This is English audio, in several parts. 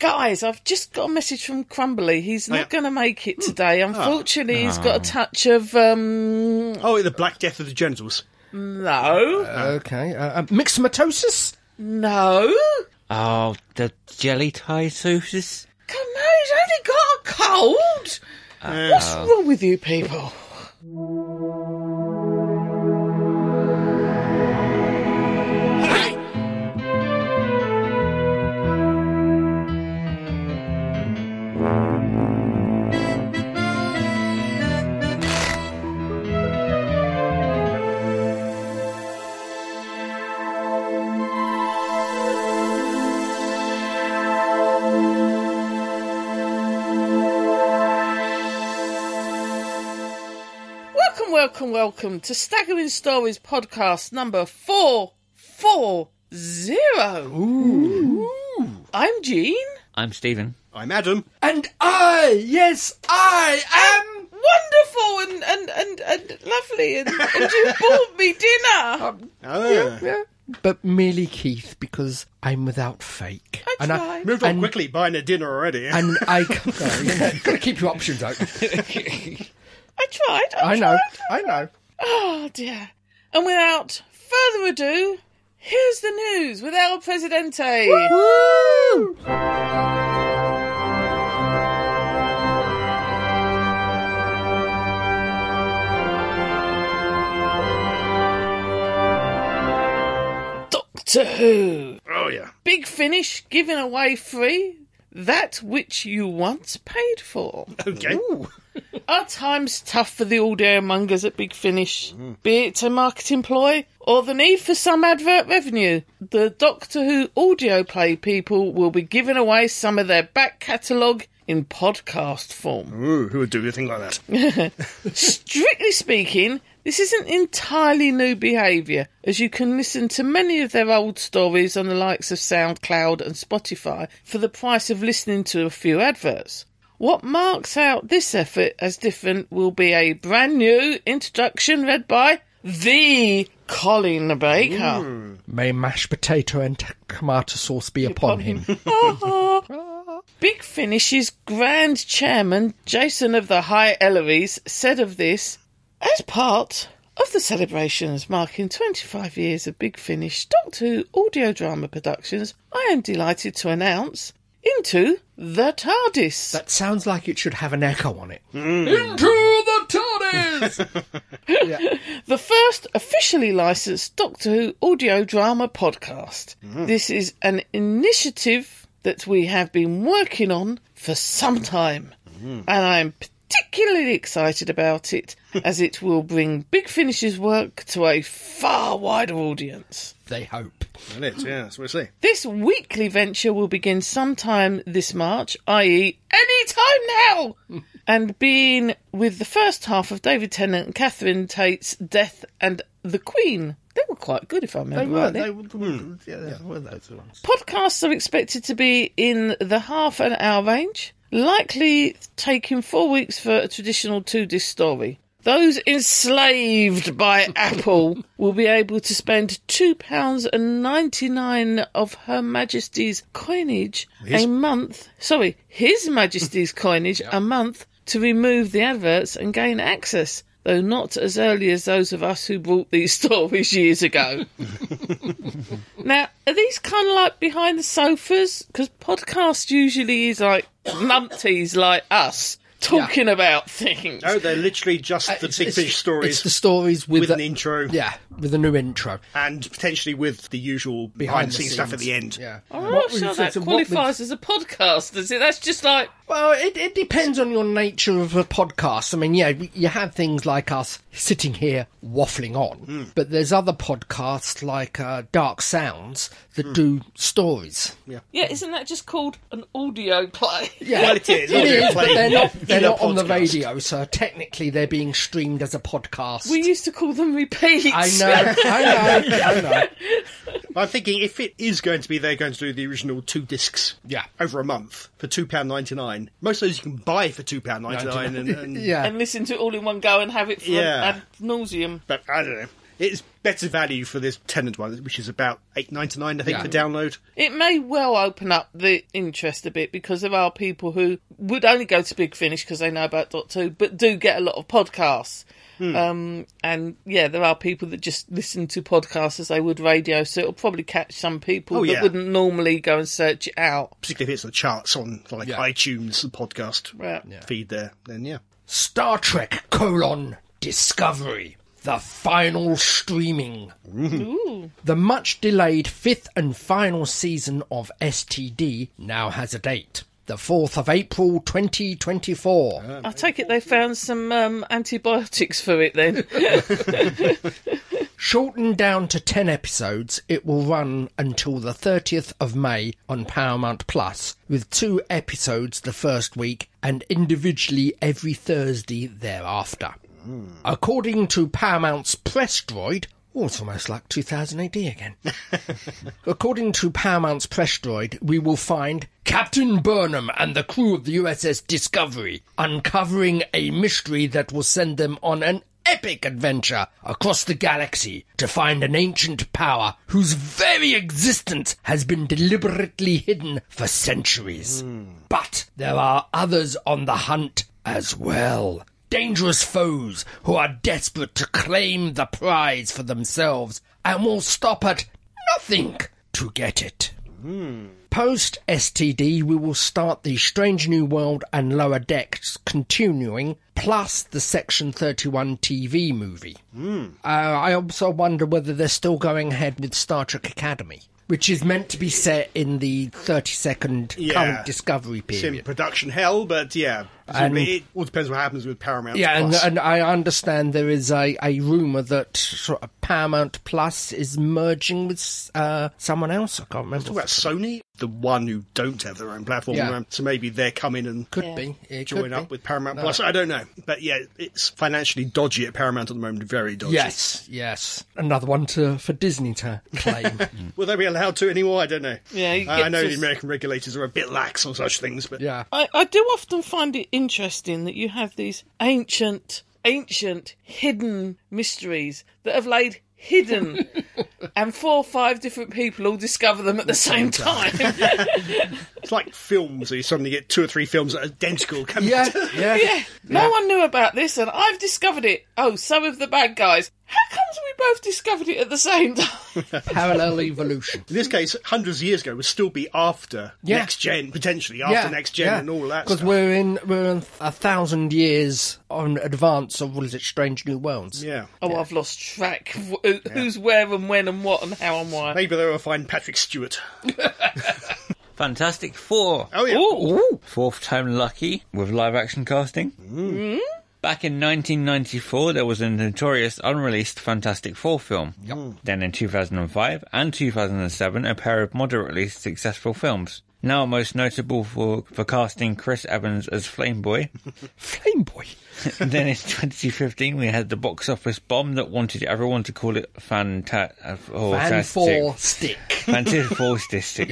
Guys, I've just got a message from Crumbly. He's not yeah. going to make it today. Unfortunately, he's got a touch of um Oh, the Black Death of the Gentles. no, Ah. Okay. Uh, uh, myxomatosis? no. Oh, the jelly titosis? Come on, he's only got a cold. Ah. Uh, What's wrong with you people? Welcome, welcome, welcome to Staggering Stories podcast number 440. I'm Jean. I'm Stephen. I'm Adam. And I, yes, I am. Wonderful and, and, and, and lovely, and, and you bought me dinner. Oh. Yeah. But merely Keith, because I'm without fake. I and I tried. Moved on And- quickly, buying a dinner already. and I no, you know, gotta keep your options open. I tried. I, I know, tried. I know. Oh dear. And without further ado, here's the news with El Presidente. Woo! Doctor Who. oh, yeah. Big Finish giving away free that which you once paid for. Okay. Are times tough for the all mongers at Big Finish? Be it a marketing ploy or the need for some advert revenue, the Doctor Who audio play people will be giving away some of their back catalogue in podcast form. Ooh, who would do a thing like that? Strictly speaking, this isn't entirely new behaviour, as you can listen to many of their old stories on the likes of SoundCloud and Spotify for the price of listening to a few adverts. What marks out this effort as different will be a brand new introduction read by the Colin Baker. May mashed potato and tomato sauce be upon him. Big Finish's grand chairman, Jason of the High Elleries, said of this, as part of the celebrations marking 25 years of Big Finish Doctor Who audio drama productions, I am delighted to announce Into the TARDIS. That sounds like it should have an echo on it. the first officially licensed Doctor Who audio drama podcast. This is an initiative that we have been working on for some time, and I'm particularly excited about it as it will bring Big Finish's work to a far wider audience. They hope. That is, yeah, that's what I see. This weekly venture will begin sometime this March, i.e., any time now, and being with the first half of David Tennant and Catherine Tate's Death and the Queen. They were quite good, if I remember rightly. yeah, they were those ones. Podcasts are expected to be in the half an hour range, likely taking four weeks for a traditional two disc story. Those enslaved by Apple will be able to spend £2.99 of Her Majesty's coinage a month, sorry, His Majesty's coinage a month to remove the adverts and gain access, though not as early as those of us who bought these stories years ago. Now, are these kind of like behind the sofas? Because podcast usually is like numpties like us talking about things. Oh, No, they're literally just the Uh, It's- big it's- fish It's the stories stories with, with the- an intro Yeah, with a new intro. and potentially with the usual behind the scenes stuff at the end. Yeah. I'm What not we- sure so- that so what we- qualifies as a podcast, does it? That's just like Well, it, it depends on your nature of a podcast. I mean, yeah, we- you have things like us sitting here waffling on, Hmm. but there's other podcasts like uh, Dark Sounds that Hmm. do stories. yeah, isn't that just called an audio play? Yeah, Well, it is. it is, but they're not In they're a not on the podcast. radio, so technically they're being streamed as a podcast. We used to call them repeats. I know, I know, I know. I'm thinking if it is going to be, they're going to do the original two discs. Yeah. Over a month for two pound ninety nine. Most of those you can buy for two pound ninety nine, and, and Yeah, And listen to it all in one go and have it for Yeah. ad nauseum. But I don't know. It's better value for this tenant one, which is about eight ninety nine, I think, Yeah. for download. It may well open up the interest a bit because there are people who would only go to Big Finish because they know about Dot Two, but do get a lot of podcasts. Hmm. Um, and yeah, there are people that just listen to podcasts as they would radio, so it'll probably catch some people Oh, that yeah. wouldn't normally go and search it out. Particularly if it's the charts on like Yeah. iTunes, the podcast Right. Yeah. feed there. Then yeah, Star Trek colon Discovery. The final streaming. Ooh, The much delayed fifth and final season of STD now has a date. The 4th of April 2024. I take it they found some um, antibiotics for it then. Shortened down to 10 episodes, it will run until the 30th of May on Paramount Plus, with two episodes the first week and individually every Thursday thereafter. According to Paramount's press droid, oh, it's almost like 2008 again. According to Paramount's press droid, we will find Captain Burnham and the crew of the USS Discovery uncovering a mystery that will send them on an epic adventure across the galaxy to find an ancient power whose very existence has been deliberately hidden for centuries. But there are others on the hunt as well. Dangerous foes who are desperate to claim the prize for themselves and will stop at nothing to get it. Post STD, we will start the Strange New World and Lower Decks continuing, plus the Section 31 TV movie. Uh, I also wonder whether they're still going ahead with Star Trek Academy, which is meant to be set in the 32nd Yeah. current Discovery it's in period. production hell, but yeah, And- it all depends what happens with Paramount. Yeah, and, Plus. and I understand there is a, a rumour that sort of Paramount Plus is merging with uh, someone else. I can't remember. Talk about Sony, the one who don't have their own platform. Yeah. around, So maybe they're coming and Could be. It could join be. Uh. up with Paramount Plus. I don't know, but yeah, it's financially dodgy at Paramount at the moment. Very dodgy. Yes, yes. Another one to for Disney to claim. Mm. Will they be allowed to anymore? I don't know. Yeah, you I, I get know to- the American regulators are a bit lax on such things, but yeah. I, I do often find it interesting that you have these ancient, ancient hidden mysteries that have laid hidden, and four or five different people all discover them at the same time. it's like films. where You suddenly get two or three films that are identical. Coming Yeah, out. yeah. yeah, no one knew about this, and I've discovered it. Oh, so have the bad guys. How comes we both discovered it at the same time? Parallel evolution. In this case, hundreds of years ago, would still be after Yeah. next gen, potentially after next gen and all that. Because Stuff. we're in we're in a thousand years on advance of what is it, Strange New Worlds. Yeah. Oh, I've lost track of wh- who- who's where and when and what and how and why. Maybe they will find Patrick Stewart. Fantastic Four. Oh yeah, Ooh. Fourth time lucky with live action casting. Mm. Back in 1994, there was a notorious unreleased Fantastic Four film. Then in 2005 and 2007, a pair of moderately successful films. Now most notable for, for casting Chris Evans as Flame Boy. Flame Boy. then in 2015, we had the box office bomb that wanted everyone to call it fanta- uh, oh, And fantastic. four stick. Fantastic Four statistic.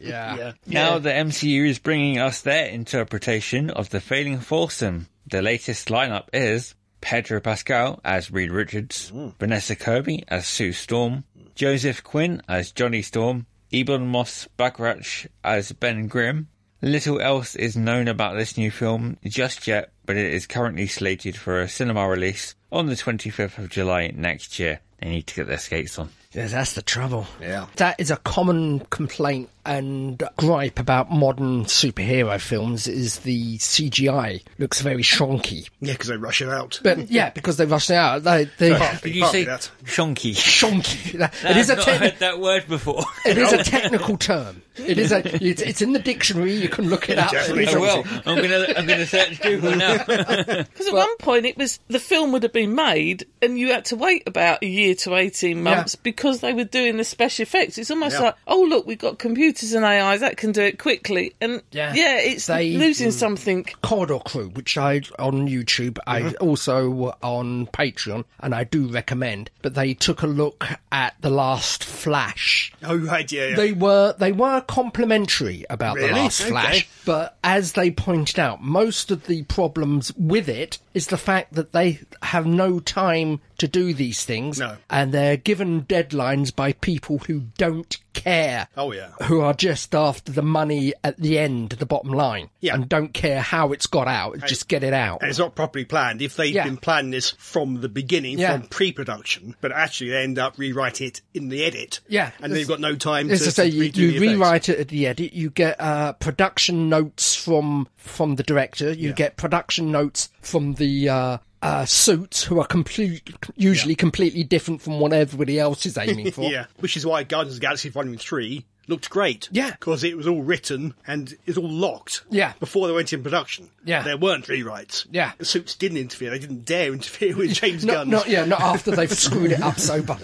Yeah. yeah. Now the MCU is bringing us their interpretation of the failing foursome. The latest lineup is Pedro Pascal as Reed Richards, Mm. Vanessa Kirby as Sue Storm, Joseph Quinn as Johnny Storm, Ebon Moss Backrach as Ben Grimm. Little else is known about this new film just yet, but it is currently slated for a cinema release on the 25th of July next year. They need to get their skates on. That's the trouble. Yeah. That is a common complaint and gripe about modern superhero films is the CGI looks very shonky. yeah, because they rush it out. But yeah, because they rushed it out. They, they Partly- Did you partly say that. shonky? shonky. It is a I've not technical heard that word before. It is a technical term. It is a. It's, it's in the dictionary. You can look it up. Definitely. I will. Oh, I'm gonna I'm gonna search Google now. Because at one point it was the film would have been made and you had to wait about a year to 18 months because they were doing the special effects. It's almost Yeah. like, oh, look, we've got computers and AI that can do it quickly. And Yeah. yeah, it's They- losing something. Corridor Crew, which I on YouTube, I Mm-hmm. also on Patreon, and I do recommend. But they took a look at the last Flash. Oh right, yeah, yeah. They were they were complimentary about the Really? last Okay. Flash, but as they pointed out, most of the problems with it is the fact that they have no time to do these things. No. And they're given deadlines by people who don't care. Oh, yeah. Who are just after the money at the end, the bottom line. Yeah. And don't care how it's got out. just get it out. And it's not properly planned. If they'd Yeah. been planning this from the beginning, Yeah. from pre-production, but actually they end up rewriting it in the edit. Yeah. and they've got no time to, As I say, to you, redo the you effects. rewrite it at the edit. You get uh, production notes from from the director. You get production notes from the uh, uh, suits, who are complete, usually completely different from what everybody else is aiming for. Yeah, which is why Guardians of the Galaxy Volume Three looked great. Yeah. because it was all written and it's all locked. Yeah. before they went in production. Yeah. there weren't rewrites. Yeah. the suits didn't interfere. They didn't dare interfere with James Not, Gunn. not- yeah, not after they've screwed it up so bu-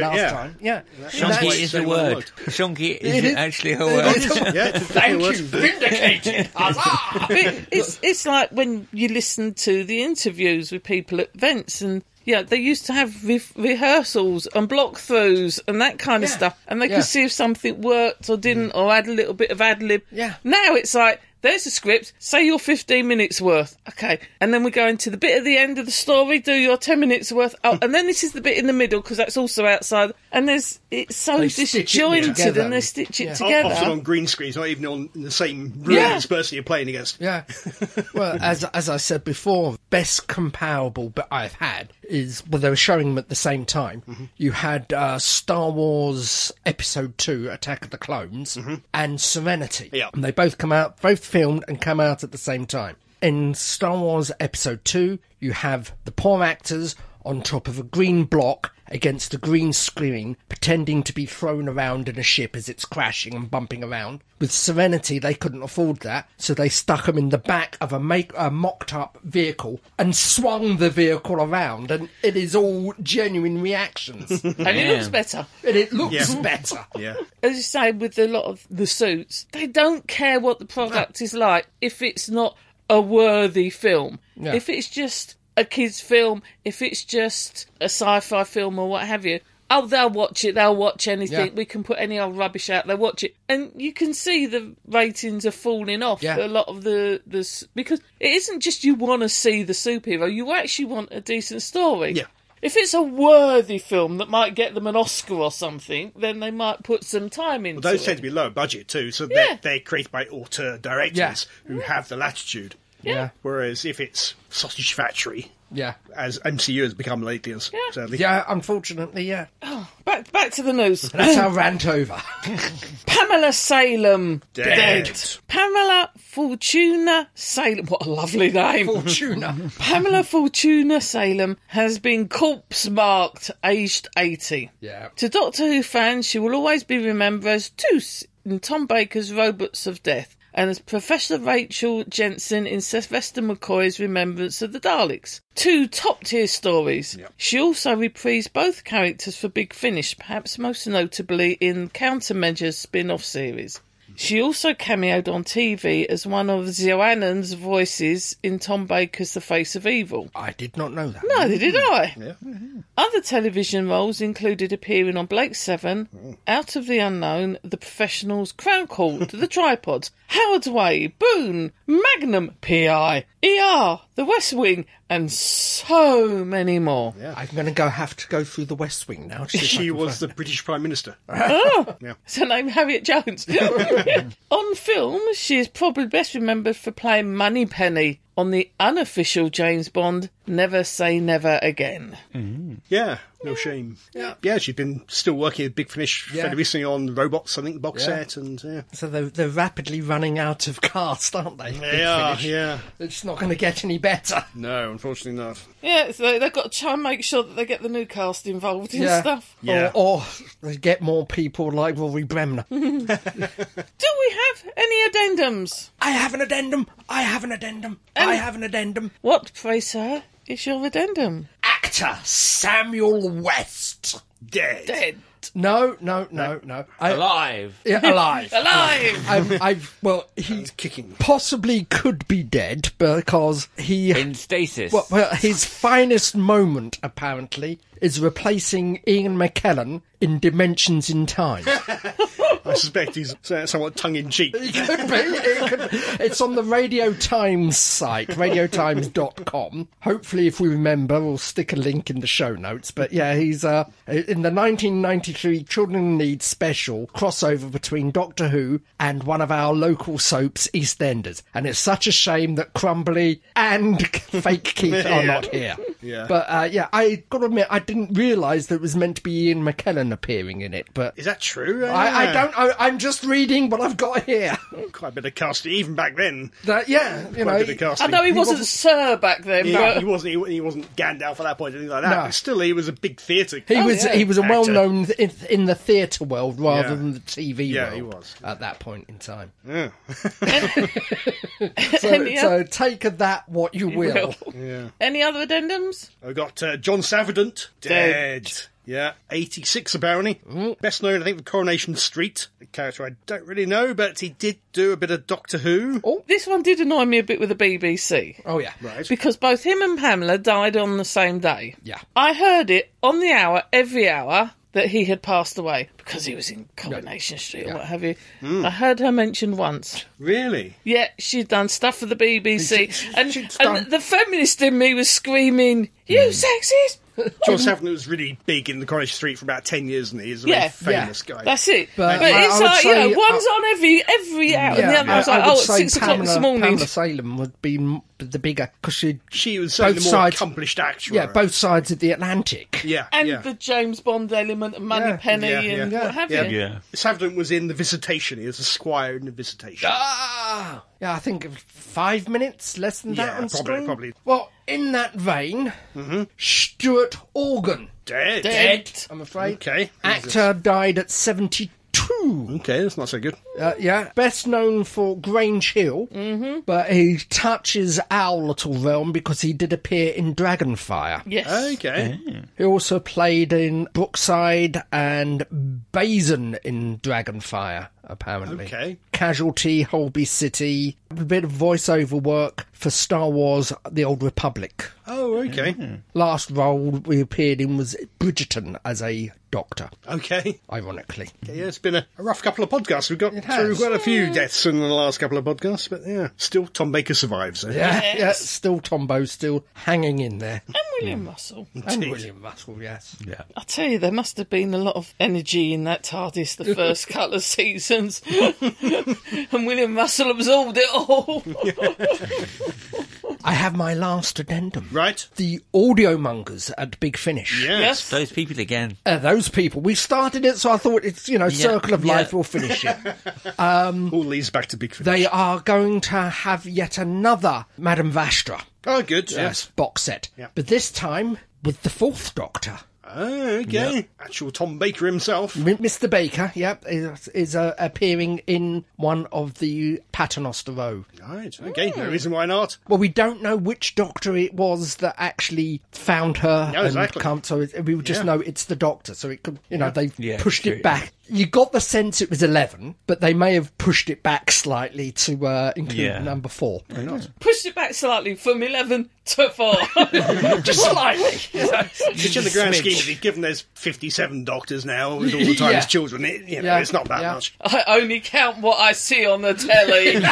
so, last yeah. time. Yeah, That's Shonky why is so a well word. worked. Shonky It is- is actually a it is word. a word. Yeah, it's Thank definitely a you, word. vindicated. Huzzah! It- it's it's like when you listen to the interviews with people at events and yeah, they used to have re- rehearsals and block throughs and that kind of Yeah. stuff, and they Yeah. Mm. could see if something worked or didn't, or add a little bit of ad lib. Yeah. Now it's like there's a script. Say your 15 minutes worth, okay, and then we go into the bit at the end of the story. Do your 10 minutes worth, oh, and then this is the bit in the middle because that's also outside. And there's it's so They stitch it disjointed, together. and they stitch it Yeah. O- together. Often on green screens, not even on in the same room Yeah. as the person you're playing against. Yeah. Well, as as I said before, best comparable that I've had is well, they were showing them at the same time. You had uh, Star Wars Episode Two: Attack of the Clones and Serenity. Yeah. And they both come out, both filmed and come out at the same time. In Star Wars Episode Two, you have the poor actors on top of a green block against a green screen, pretending to be thrown around in a ship as it's crashing and bumping around. With Serenity, they couldn't afford that, so they stuck them in the back of a, make, a mocked-up vehicle and swung the vehicle around, and it is all genuine reactions. and and it Yeah. looks better. it looks Yeah. better. Yeah. as you say, with a lot of the suits, they don't care what the product is like if it's not a worthy film. Yeah. If it's just a kids' film, if it's just a sci-fi film or what have you. Oh, they'll watch it. They'll watch anything. Yeah. We can put any old rubbish out. They'll watch it, and you can see the ratings are falling off. Yeah. A lot of the the s- because it isn't just you want to see the superhero. You actually want a decent story. Yeah. If it's a worthy film that might get them an Oscar or something, then they might put some time into Those it. tend to be lower budget too, so Yeah. they're, they're created by auteur directors Yeah. who have the latitude. Yeah. Whereas if it's Sausage Factory, Yeah. as MCU has become lately, as- sadly. Yeah, unfortunately, yeah. back back to the news. That's our rant over. Pamela Salem Dead. Pamela Fortuna Salem. What a lovely name. Fortuna. Pamela Fortuna Salem has been corpse marked, aged 80. Yeah. To Doctor Who fans, she will always be remembered as Toos in Tom Baker's Robots of Death and as Professor Rachel Jensen in Sylvester McCoy's Remembrance of the Daleks. Two top tier stories. She also reprised both characters for Big Finish, perhaps most notably in Countermeasures spin off series. She also cameoed on TV as one of Zoannon's voices in Tom Baker's The Face of Evil. I did not know that. Neither Oh, did I. Other television roles included appearing on Blake Seven, Out of the Unknown, The Professionals, Crown Court, The Tripod, Howard's Way, Boone, Magnum, PI, ER, The West Wing, and so many more. I'm going to go have to go through the West Wing now. to see if I She can was find- the British Prime Minister. Oh. It's her name, Harriet Jones. on film, she is probably best remembered for playing Moneypenny on the unofficial James Bond, Never Say Never Again. Yeah, no shame. Yeah, she's been still working with Big Finish Yeah. fairly recently on robots, I think, box Yeah. set, and yeah. So they're, they're rapidly running out of cast, aren't they? Big Yeah, Finish. yeah. It's not going to get any better. No, unfortunately not. Yeah, so they've got to try and make sure that they get the new cast involved in Yeah. stuff. Yeah. Or, or they get more people like Rory Bremner. Do we have any addendums? I have an addendum. I have an addendum. I have an addendum. What, pray sir, is your addendum? Actor Samuel West. Dead. Dead. No, no, no, no. I, Alive. yeah, alive. Alive! I've, I've, well, he Kicking. possibly could be dead because he In stasis. Well, well, his finest moment, apparently, is replacing Ian McKellen in Dimensions in Time. I suspect he's uh, somewhat tongue in cheek. could be. It could be. It's on the Radio Times site, radiotimes.com. Hopefully, if we remember, we'll stick a link in the show notes. But yeah, he's uh, in the 1993 Children in Need special crossover between Doctor Who and one of our local soaps, EastEnders. And it's such a shame that Crumbly and Fake Keith are not here. Yeah. But uh, yeah, I got to admit, I didn't realise that it was meant to be Ian McKellen appearing in it. But Is that true? I, I Yeah. don't. I, I'm just reading what I've got here. Quite a bit of casting, even back then. That yeah, you Quite know. a bit of casting. Although he, wasn't, Sir back then, Yeah, but he wasn't. He, he wasn't Gandalf at that point, anything like that. No. But still, he was a big theatre. Oh, He was yeah. he was a Actor. well known in, in the theatre world rather Yeah. than the TV Yeah, world. he was. at that point in time. So, any, so take of that what you will. any other addendums? I got uh, John Savardent Dead. Mm. dead. Yeah, 86 apparently. Best known, I think, for Coronation Street. A character I don't really know, but he did do a bit of Doctor Who. This one did annoy me a bit with the BBC. Oh yeah, Right. Because both him and Pamela died on the same day. Yeah. I heard it on the hour, every hour, that he had passed away because he was in Coronation Street or what have you. I heard her mentioned once. Really? Yeah, she'd done stuff for the BBC. and she's and done- Hmm. the feminist in me was screaming, You sexist! John Savardent was really big in the Coronation Street for about 10 years, and he's a Yeah, very famous guy. That's it. But, I- it's I would like, you know, say, one's uh, on every every hour, and the other one's I- like, I oh, would it's say six o'clock Pamela, this morning. Pamela Salem would be m- the bigger because she she was certainly Both the more sides- accomplished actor. yeah both sides of the Atlantic. Yeah, and yeah. the James Bond element of Money Yeah, Penny yeah, and yeah. what have Yeah. you. Yeah. Savardent was in The Visitation. He was a squire in The Visitation. Ah, yeah, I think five minutes less than that Yeah, on probably, screen. probably. Mm-hmm. Well, in that vein, Stuart Organ, Dead. Dead. I'm afraid. Okay. Actor died at 72. Okay, that's not so good. Uh, yeah, best known for Grange Hill, mm-hmm. but he touches our little realm because he did appear in Dragonfire. Yes. Okay. He also played in Brookside and Basin in Dragonfire, apparently. Okay. Casualty, Holby City, a bit of voiceover work for Star Wars The Old Republic. Oh, okay. Last role we appeared in was Bridgerton as a doctor, Okay. ironically. Yeah, it's been a, a rough couple of podcasts. We've got through has. quite a few deaths in the last couple of podcasts, but yeah, still Tom Baker survives. Eh? Yeah, yeah, still Tombo, still hanging in there. William Russell. And Indeed. William Russell, yes. Yeah. I tell you, there must have been a lot of energy in that TARDIS the first couple of seasons, and William Russell absorbed it all. I have my last addendum. Right. The audio mongers at Big Finish. Yes. yes. Those people again. Uh, those people. We started it, so I thought it's, you know, circle of yeah. life, we'll finish it. All leads back to Big Finish. they are going to have yet another Madame Vastra uh, oh, good. Yes. box set. Yeah. But this time with the fourth doctor. Oh, okay. Actual Tom Baker himself. M- Mr. Baker, yep, is, is uh, appearing in one of the Paternoster Row. Right. Okay. No reason why not. Well, we don't know which doctor it was that actually found her No, and exactly. come. So it, we would just Yeah. know it's the doctor. So it could, you know, they Yeah, pushed true, it back. You got the sense it was eleven, but they may have pushed it back slightly to uh, include Yeah. number four, Pushed it back slightly from 11 to 4. just slightly. Which, in the grand scheme of it, given there's 57 doctors now with all the time Yeah. as children, it, you know, Yeah. it's not that Yeah. much. I only count what I see on the telly.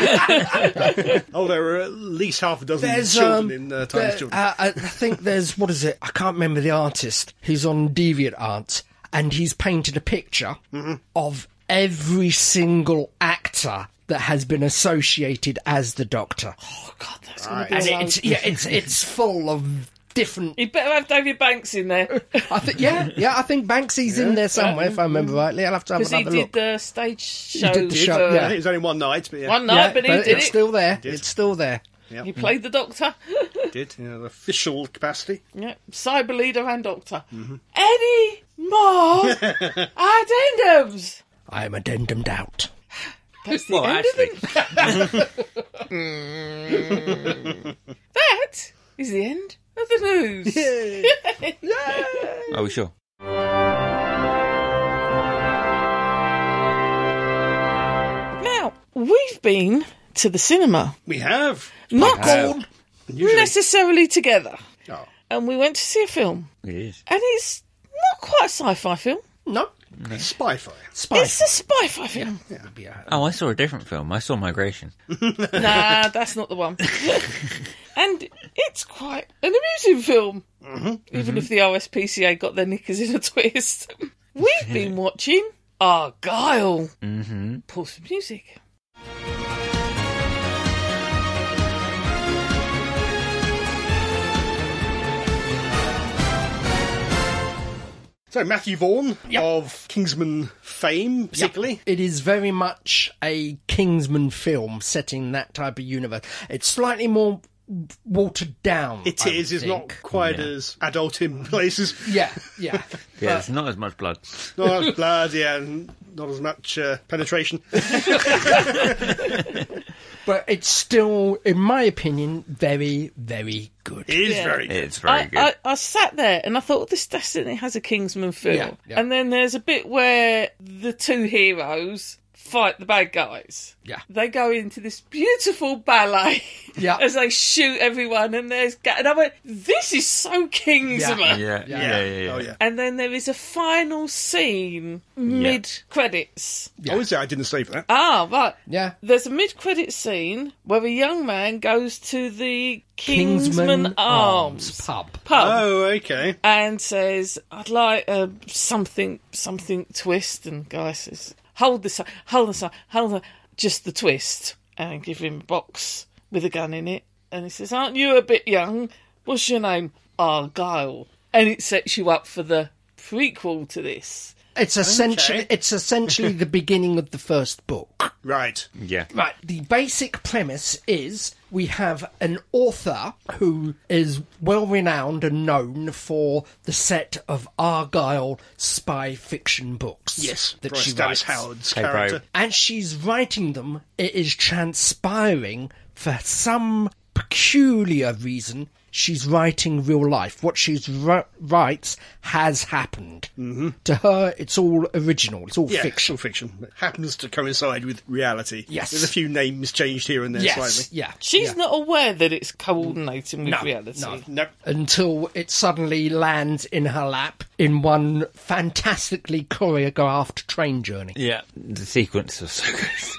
Oh, there were at least half a dozen There's children um, in uh, Times there- Children. uh, I think there's what is it? I can't remember the artist. He's on Deviant Art, and he's painted a picture Mm-hmm. of every single actor that has been associated as the Doctor. oh, God, that's going and to be it- a it's yeah, it's it's full of different. You better have David Banks in there I think yeah, yeah. I think Banksy's in there somewhere, if I remember rightly. I'll have to have because he another did look. the stage show. did the show, for I yeah. think it was only one night, but yeah. One Yeah, night, but he but did it's it. still Mm-hmm. there. It's still there. He played the Doctor. did in an official capacity. yeah, cyber leader and Doctor. Mm-hmm. Any more addendums? I am addendumed out. That's the Well, end of actually, it. That is the end of the news. are we sure? Now we've been to the cinema, We have. not have. necessarily together, Oh. and we went to see a film. It is. And it's quite a sci-fi film. No, Spy Fire. spy. It's a spy-fi film. Oh, I saw a different film. I saw Migration. nah, that's not the one. and it's quite an amusing film, even if the OSPCA got their knickers in a twist. We've been watching Argyle. Mm-hmm. Pause for music. So Matthew Vaughan of Kingsman fame, particularly. It is very much a Kingsman film setting that type of universe. It's slightly more watered down. It I is. would It's not think. quite Yeah. as adult in places. Yeah, yeah. Yeah, there's not as much blood. Not as blood, yeah, and not as much uh, penetration. but it's still, in my opinion, very, very good. It is Yeah. very good. It's very I, good. I, I sat there and I thought this definitely has a Kingsman feel. Yeah, yeah. And then there's a bit where the two heroes fight the bad guys. Yeah. They go into this beautiful ballet Yeah. as they shoot everyone and there's ga- and I went, This is so Kingsman yeah, yeah, yeah, Yeah. yeah, yeah. Oh, yeah. And then there is a final scene mid credits. I would say I didn't save Uh, that. Ah, right. Yeah. There's a mid credit scene where a young man goes to the Kingsman, Kingsman, Arms, Arms pub. pub. Oh, okay. and says, "I'd like a something, something twist." And guy says, "Hold this, up, hold this, up, hold the, just the twist." And give him a box with a gun in it. And he says, "Aren't you a bit young? What's your name?" Argyle. And it sets you up for the prequel to this. It's essentially it's essentially the beginning of the first book. Ah, Right. yeah. Right. The basic premise is we have an author who is well renowned and known for the set of Argyle spy fiction books. Yes. that Bryce she Dallas writes. Howard's Hey, character. And she's writing them. It is transpiring for some peculiar reason. She's writing real life. What she's ri- writes has happened. Mm-hmm. To her, it's all original. It's all Yeah, fiction. all fiction. It happens to coincide with reality. Yes. There's a few names changed here and there Yes. slightly. Yeah. She's yeah. not aware that it's coordinating with reality. no. No. until it suddenly lands in her lap in one fantastically choreographed train journey. Yeah, the sequence was so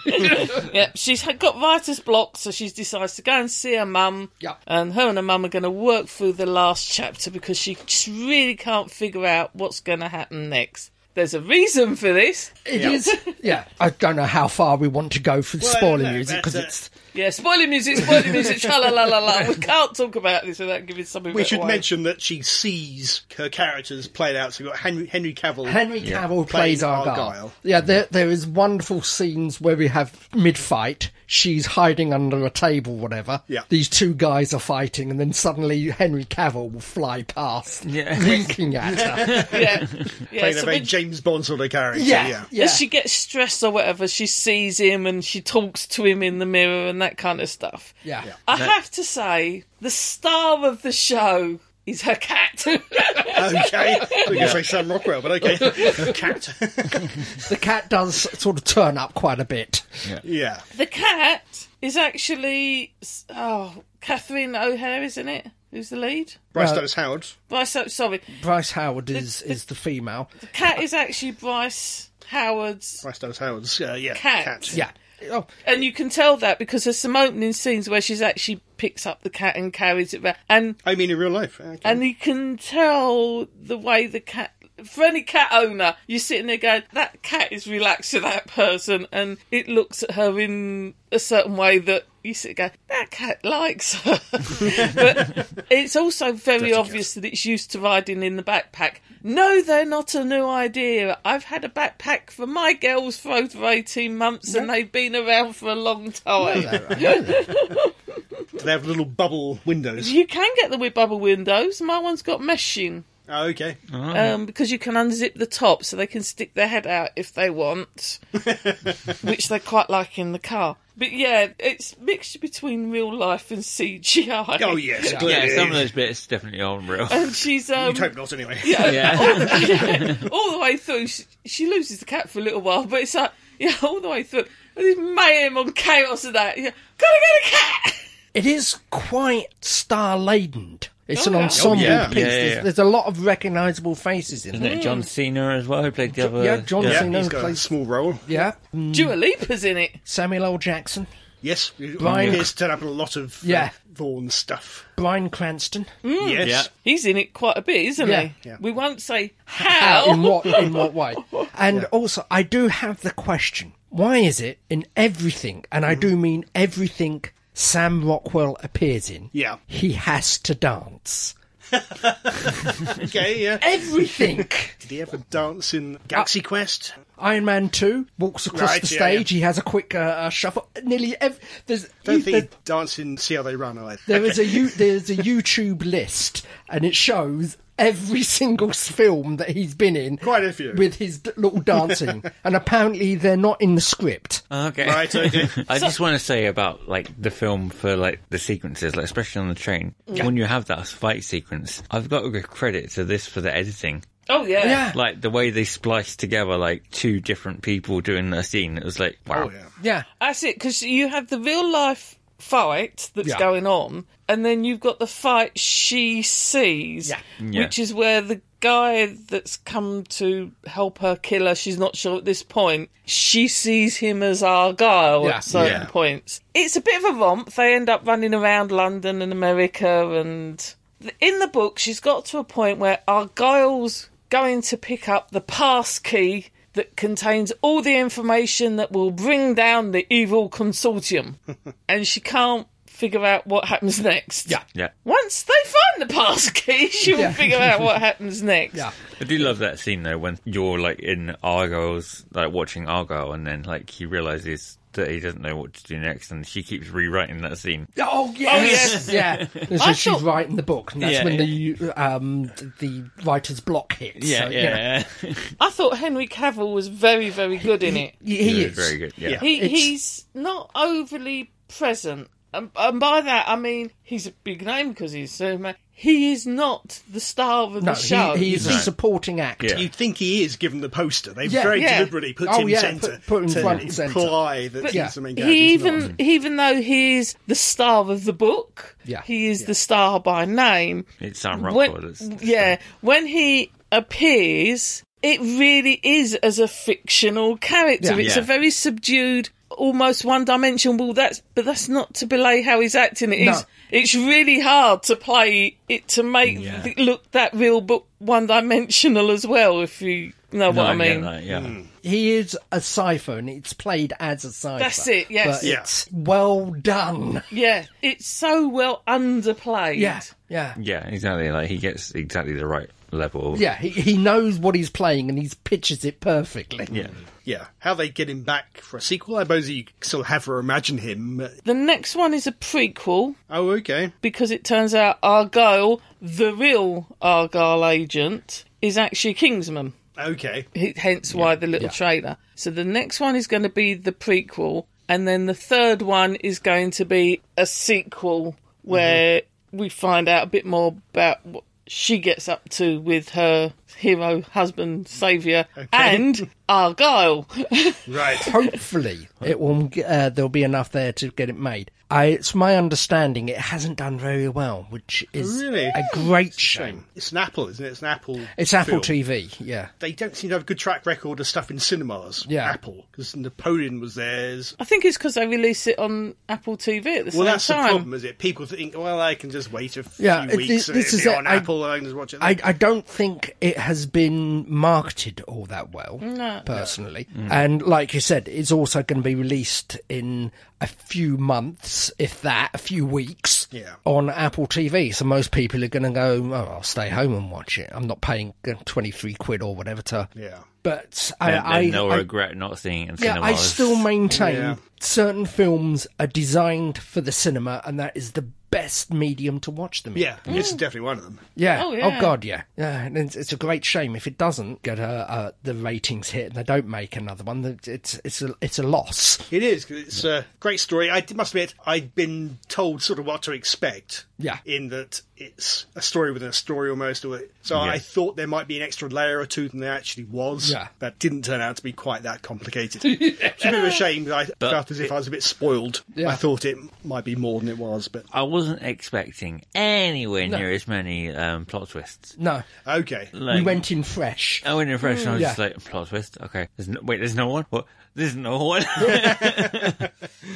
good. Yeah, she's had- got writer's block, so she decides to go and see her mum. Yeah. And her and her mum are going to work through the last chapter because she just really can't figure out what's going to happen next. There's a reason for this. It is, yeah. I don't know how far we want to go for the Well, spoiler no, music that's because it. it's Yeah, spoiler music, spoiler music, sha la la la la. We can't talk about this without giving something We should away. mention that she sees her characters played out. So we've got Henry, Henry Cavill. Henry Cavill plays Playing Argyle. Argyle. Yeah, there there is wonderful scenes where we have mid fight. She's hiding under a table, whatever. Yeah. These two guys are fighting, and then suddenly Henry Cavill will fly past, Yeah. winking at her. Yeah. yeah. playing So a very when- James Bond sort of character. yeah, Yeah. yeah. As she gets stressed or whatever, she sees him and she talks to him in the mirror and that kind of stuff. yeah. I have to say, the star of the show is her cat. Okay. We're going to say Sam Rockwell, but okay. Cat. The cat does sort of turn up quite a bit. yeah. the cat is actually oh Catherine O'Hare, isn't it? Who's the lead? Bryce Well- Dallas Howard. Bryce, oh, sorry, Bryce Howard is is the female. the cat is actually Bryce Howard's, Bryce Dallas Howard's. Uh, yeah. Cat. Yeah. Oh, and you can tell that because there's some opening scenes where she's actually picks up the cat and carries it back, and I mean, in real life. Okay. and you can tell the way the cat. For any cat owner, you're sitting there going, "That cat is relaxed to that person," and it looks at her in a certain way that you sit there going, "That cat likes her." but it's also very obvious that it's used to riding in the backpack. No, they're not a new idea. I've had a backpack for my girls for over eighteen months, and they've been around for a long time. they have little bubble windows. You can get them with bubble windows. My one's got meshing. Oh, okay. um, because you can unzip the top so they can stick their head out if they want, which they quite like in the car. But yeah, it's mixture between real life and CGI. Oh, yes. Yeah, clearly. some of those bits definitely on real. And she's um, You'd hope not, anyway. Oh, Yeah, all the way through. She, she loses the cat for a little while, but it's like yeah, all the way through. There's mayhem on chaos of that. Yeah, gotta get a cat. it is quite star laden. It's Oh, an yeah. ensemble Oh, yeah. piece. Yeah, yeah, There's, yeah. there's a lot of recognisable faces in Isn't there. it John Cena as well, who played the other? yeah, John Yeah, Cena. he's got a plays- small role. Yeah, Mm, Dua Lipa's in it. Samuel L. Jackson, Yes, Brian- Brian appears to turn up in a lot of uh, Yeah. Vaughan stuff. Brian Cranston. Yes. Yeah. He's in it quite a bit, isn't Yeah. he? Yeah. We won't say How? In how. what in what way? And also, I do have the question: Why is it in everything, and I Mm. do mean everything, Sam Rockwell appears in? Yeah. he has to dance. Okay, yeah. Everything. Did he ever dance in Galaxy Quest? Iron Man Two walks across Right, the yeah, yeah. stage. He has a quick uh, uh, shuffle. Nearly every there's Don't there- think he danced in See How They Run either. there is a you, there's a YouTube list, and it shows every single s- film that he's been in. Quite a few. with his d- little dancing, and apparently they're not in the script. Oh, Okay. Right, okay. I just want to say about like the film for like the sequences, like especially on the train. When you have that fight sequence, I've got to give credit to this for the editing. Oh yeah. Yeah. Like the way they spliced together like two different people doing a scene. It was like wow. Oh, yeah. Yeah, That's it, because you have the real life fight that's Yeah. going on, and then you've got the fight she sees, Yeah. Yeah. which is where the guy that's come to help her kill her, she's not sure at this point, she sees him as Argyle Yeah. at certain Yeah. points. It's a bit of a romp. They end up running around London and America, and in the book, she's got to a point where Argyle's going to pick up the pass key that contains all the information that will bring down the evil consortium. and she can't figure out what happens next. Yeah. Yeah. Once they find the pass key, she will Yeah. figure out what happens next. yeah. I do love that scene though when you're like in Argyle's like watching Argyle and then like he realizes that he doesn't know what to do next and she keeps rewriting that scene. Oh yes, yeah. And so I she's thought- writing the book, and that's Yeah, when the um the writer's block hits. so, you know. I thought Henry Cavill was very, very good in it. He, He he was is very good. Yeah. He It's- he's not overly present, and, and by that I mean he's a big name because he's Superman. He is not the star of the No, show. he, he's No. a supporting act. Yeah. You'd think he is, given the poster. They've Yeah. very Yeah. deliberately put Oh, him yeah, centre put- put him to front and centre. imply that But he's the main character. he He's even not. even though he is the star of the book, Yeah. he is the star by name. It's Sam When- Rockwell. that's- yeah, when he appears, it really is as a fictional character. Yeah. it's Yeah. a very subdued, almost one-dimensional. Well, that's but that's not to belay how he's acting. It No. is. It's really hard to play it to make Yeah. it look that real, but one-dimensional as well. If you know No, what I get mean. that, yeah. Hmm. He is a cipher, and it's played as a cipher. That's it, yes. But Yeah. it's well done. yeah, it's so well underplayed. Yeah, yeah, Yeah, exactly. Like he gets exactly the right level. yeah. He, he knows what he's playing, and he pitches it perfectly. Yeah. Yeah. How they get him back for a sequel, I suppose you still have her imagine him. The next one is a prequel. Oh, okay. because it turns out Argyle, the real Argyle agent, is actually Kingsman. Okay. H- Hence why the little trailer. So the next one is going to be the prequel, and then the third one is going to be a sequel where Mm-hmm. we find out a bit more about what she gets up to with her hero, husband, saviour, and Argyle. Right. Hopefully, it will. Uh, there'll be enough there to get it made. I, it's my understanding it hasn't done very well, which is Really? a great shame. Shame. It's an Apple, isn't it? It's an Apple. It's Apple film. TV, yeah. They don't seem to have a good track record of stuff in cinemas. Yeah. Apple, because Napoleon was theirs. I think it's because they release it on Apple TV at the Well, same that's time. the problem, is it? People think, well, I can just wait a few Yeah, it- weeks this- and this it'll is be it. on I- Apple, I can just watch it. I, I don't think it has been marketed all that well, personally. Mm. And like you said, it's also going to be released in a few months, if that, a few weeks, Yeah. on Apple TV. So most people are going to go, oh, I'll stay home and watch it. I'm not paying uh, 23 quid or whatever to. yeah. But I, And then I, they'll I, regret not seeing it in yeah, I cinemas. still maintain Yeah. certain films are designed for the cinema, and that is the best medium to watch them in. Yeah, it's Mm. definitely one of them. Yeah. Oh, Oh, yeah. God, yeah. Yeah. And it's, it's a great shame if it doesn't get a, uh the ratings hit and they don't make another one. that It's it's a it's a loss. It is, 'cause it's a great story. I must admit, I'd been told sort of what to expect. Yeah. In that it's a story within a story almost. Or so I thought there might be an extra layer or two than there actually was. Yeah. That didn't turn out to be quite that complicated. It's a bit of a shame that I felt as if I was a bit spoiled. Yeah. I thought it might be more than it was, but I was wasn't expecting anywhere near as many um, plot twists. No, Okay. Like, we went in fresh. I went in fresh and I was Yeah. just like, plot twist? Okay. There's no, wait, there's no one? What? There's no one?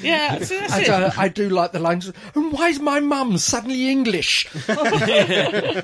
Yeah, so that's I it. do, I do like the lines. And why is my mum suddenly English? I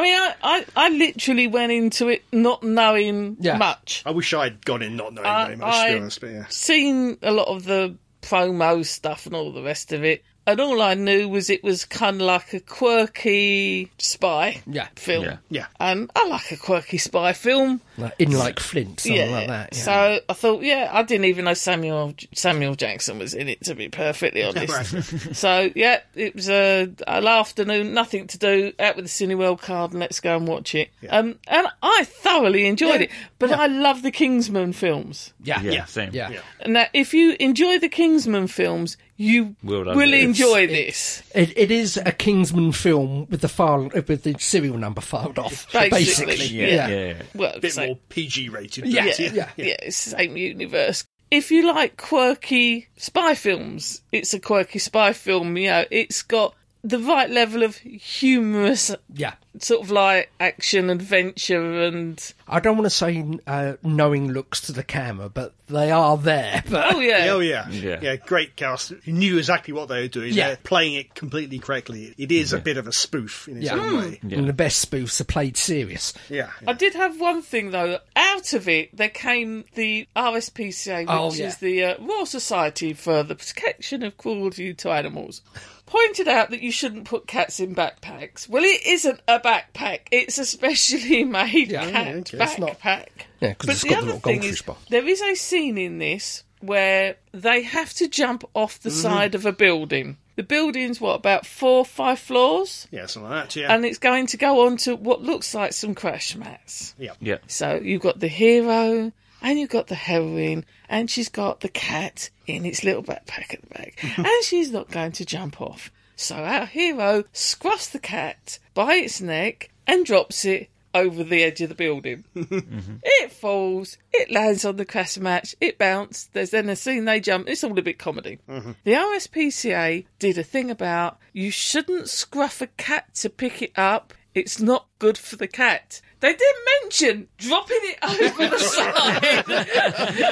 mean, I, I, I literally went into it not knowing Yeah. much. I wish I'd gone in not knowing I- very much, to Uh, I- be honest, but yeah. Seen a lot of the promo stuff and all the rest of it. And all I knew was it was kind of like a quirky spy Yeah. film. Yeah. Yeah. And I like a quirky spy film. Like, in like Flint, something like that. Yeah. So I thought, yeah, I didn't even know Samuel Samuel Jackson was in it. To be perfectly honest, so yeah, it was a an afternoon, nothing to do. Out with the Cineworld card, and let's go and watch it. Um, and I thoroughly enjoyed Yeah. it. But I love the Kingsman films. yeah. yeah, same. Yeah. Now, if you enjoy the Kingsman films, you Will will, love this. enjoy this. It, it is a Kingsman film with the file with the serial number filed off, Basically, basically. yeah. yeah. Yeah. yeah. Well, bit so- more PG rated. Yeah, yeah, yeah, it's the same universe. If you like quirky spy films, it's a quirky spy film. You know, it's got the right level of humorous, Yeah. sort of like action, adventure, and I don't want to say uh, knowing looks to the camera, but they are there. But oh yeah, Oh yeah. Yeah. yeah, Great cast who knew exactly what they were doing. Yeah. They're playing it completely correctly. It is a bit of a spoof in its Yeah. own Hmm. way. and the best spoofs are played serious. Yeah, I did have one thing though. Out of it, there came the RSPCA, which Oh, yeah. is the uh, Royal Society for the Protection of Cruelty to Animals, pointed out that you shouldn't put cats in backpacks. Well, it isn't a backpack; it's a specially made Yeah, cat okay, backpack. it's not- Yeah, because But it's the got the other little thing goldfish is, bowl. there is a scene in this where they have to jump off Mm-hmm. the side of a building. The building's what about four, or five floors, yeah, something like that. Yeah, and it's going to go onto what looks like some crash mats. Yeah. So you've got the hero and you've got the heroine, and she's got the cat in its little backpack at the back, and she's not going to jump off. So our hero scruffs the cat by its neck and drops it over the edge of the building. It falls, it lands on the crash match, it bounced, there's then a scene they jump, it's all a bit comedy. The RSPCA did a thing about you shouldn't scruff a cat to pick it up, it's not good for the cat. They didn't mention dropping it over the side.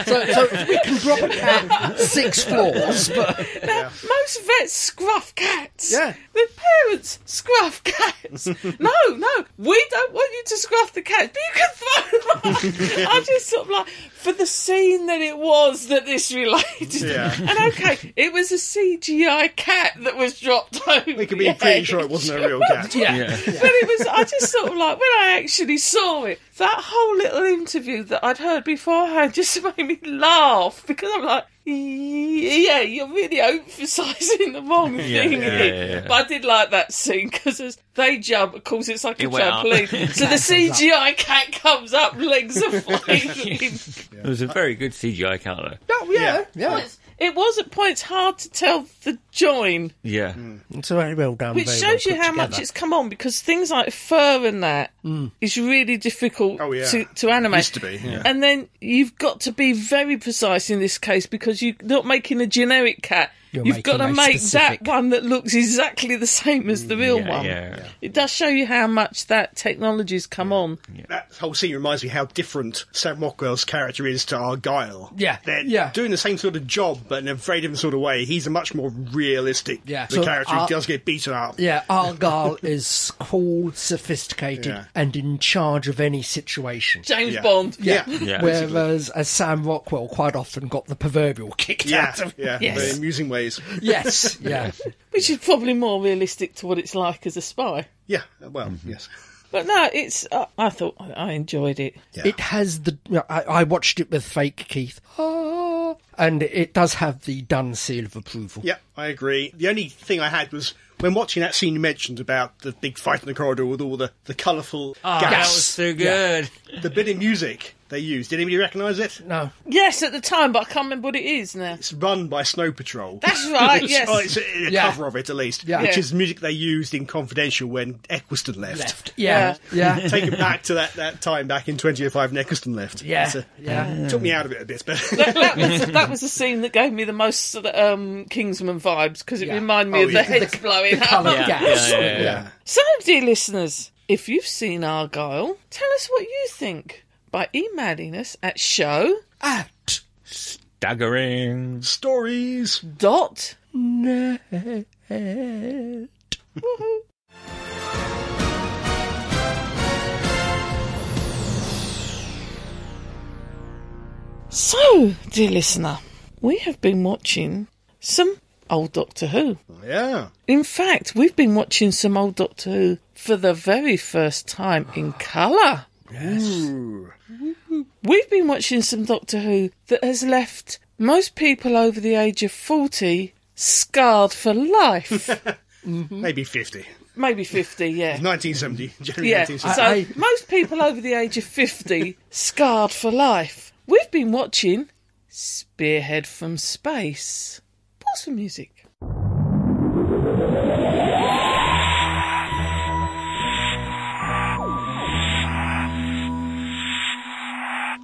so, so we can drop a cat six floors, but Now, most vets scruff cats. Yeah. The parents scruff cats. no, no, we don't want you to scruff the cats, but you can throw them. I just sort of like, for the scene that it was that this related. Yeah. And okay, it was a CGI cat that was dropped over. we could be pretty sure it wasn't a real cat. yeah. But it was, I just sort of like, when I actually saw it, that whole little interview that I'd heard beforehand just made me laugh because I'm like, yeah, you're really emphasising the wrong thing. yeah, here." yeah, yeah. But I did like that scene because they jump, of course, it's like a It went up. trampoline. so the CGI cat comes up, legs are flying. It was a very good CGI count, though. Oh, yeah, yeah. It was at points hard to tell the join. Yeah. It's very well done. Which very shows you well put how much together. Mm. it's come on because things like fur and that is really difficult Oh, yeah. to, to animate. Used to be, yeah. And then you've got to be very precise in this case because you're not making a generic cat. You're you've got to making a make specific- Mm, that one that looks exactly the same as the real Yeah. one. yeah. It does show you how much that technology's come on. That whole scene reminds me how different Sam Rockwell's character is to Argyle. Yeah, they're yeah. doing the same sort of job, but in a very different sort of way. He's a much more realistic. Yeah. the So, character who Ar- does get beaten up. Yeah, Argyle is cool, sophisticated, Yeah. and in charge of any situation. James Yeah. Bond. yeah, Yeah. Whereas as Sam Rockwell quite often got the proverbial kicked yeah, out of yeah. Yes. Very amusing ways. Yes, yeah. Which is probably more realistic to what it's like as a spy. Yeah, well, yes. But no, it's. I I thought I, I enjoyed it. Yeah. It has the. I, I watched it with fake Keith. Ah, and it does have the done seal of approval. Yeah, I agree. The only thing I had was when watching that scene you mentioned about the Ah, big fight in the corridor with all the, the colourful That gas, was so good. the bit of music they used. Did anybody recognise it? No. Yes, at the time, but I can't remember what it is now. It's run by Snow Patrol. That's right, It's- yes. oh, it's a, a Yeah. cover of it, at least, Yeah. which Yeah. is music they used in Confidential when Eccleston left. left. Yeah. Yeah. Take it back to that, that time back in 2005 when Eccleston left. Yeah. It's a- Yeah. Took me out of it a bit, but that, that was that was the scene that gave me the most sort of, um, Kingsman vibes because it Yeah. reminded me Oh, of yeah. the heads blowing The up. colour gas. yeah. So, dear listeners, if you've seen Argyle, tell us what you think by emailing us at show At Daggering. Stories. dot net. So, dear listener, we have been watching some old Doctor Who. Yeah. In fact, we've been watching some old Doctor Who for the very first time in colour. Ooh. We've been watching some Doctor Who that has left most people over the age of 40 scarred for life. Maybe 50. Maybe 50, yeah. 1970. January Yeah, so 1970. I- most people over the age of 50 scarred for life. We've been watching Spearhead from Space. Pause for music.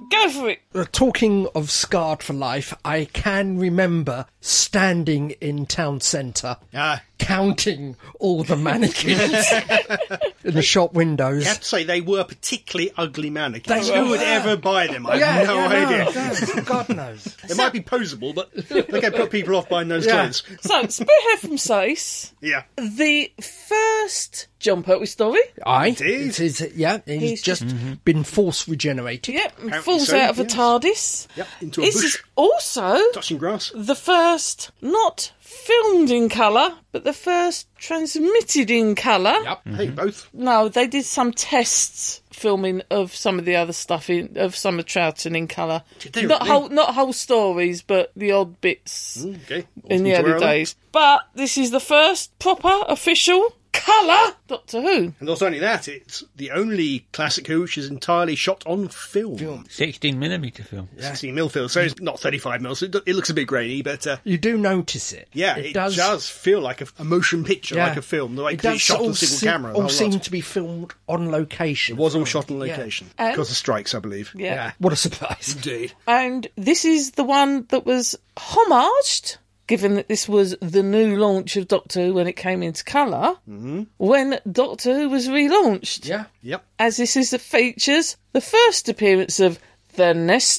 Go for it. Uh, Talking of scarred for life, I can remember standing in town centre Ah. counting all the mannequins in the shop windows. I have to say, they were particularly ugly mannequins. They Who were. would ever buy them? I have no idea. no, God knows. They might be posable, but they can put people off buying those Yeah. clothes. So, Spearhead from Space, Yeah. the first John Pertwee story. I Indeed. it is, yeah, he's, He's- just Mm-hmm. been force regenerated. Yep, and Apparently falls so, out of a yes. TARDIS. Yep, into a This bush. is also Touching grass. the first not filmed in colour, but the first transmitted in colour. Hey, both. No, they did some tests filming of some of the other stuff in of Summer Troughton in colour. they Not really? Hmm. whole not whole stories, but the odd bits Okay. in the early days. But this is the first proper official colour Doctor Who. And not only that, it's the only classic Who which is entirely shot on film. 16 millimeter film. 16 mil film, so it's not 35 mil, so it, do- it looks a bit grainy, but uh, You do notice it. yeah, it, does. feel like a, a motion picture, yeah. like a film, the way it it's does shot all on single se- camera. the All whole seem lot. to be filmed on location. It was all shot on location And- because of strikes, I believe. Yeah. Yeah, what a surprise. Indeed. And this is the one that was homaged, given that this was the new launch of Doctor Who when it came into color when Doctor Who was relaunched. Yeah. Yep. As this is the features the first appearance of the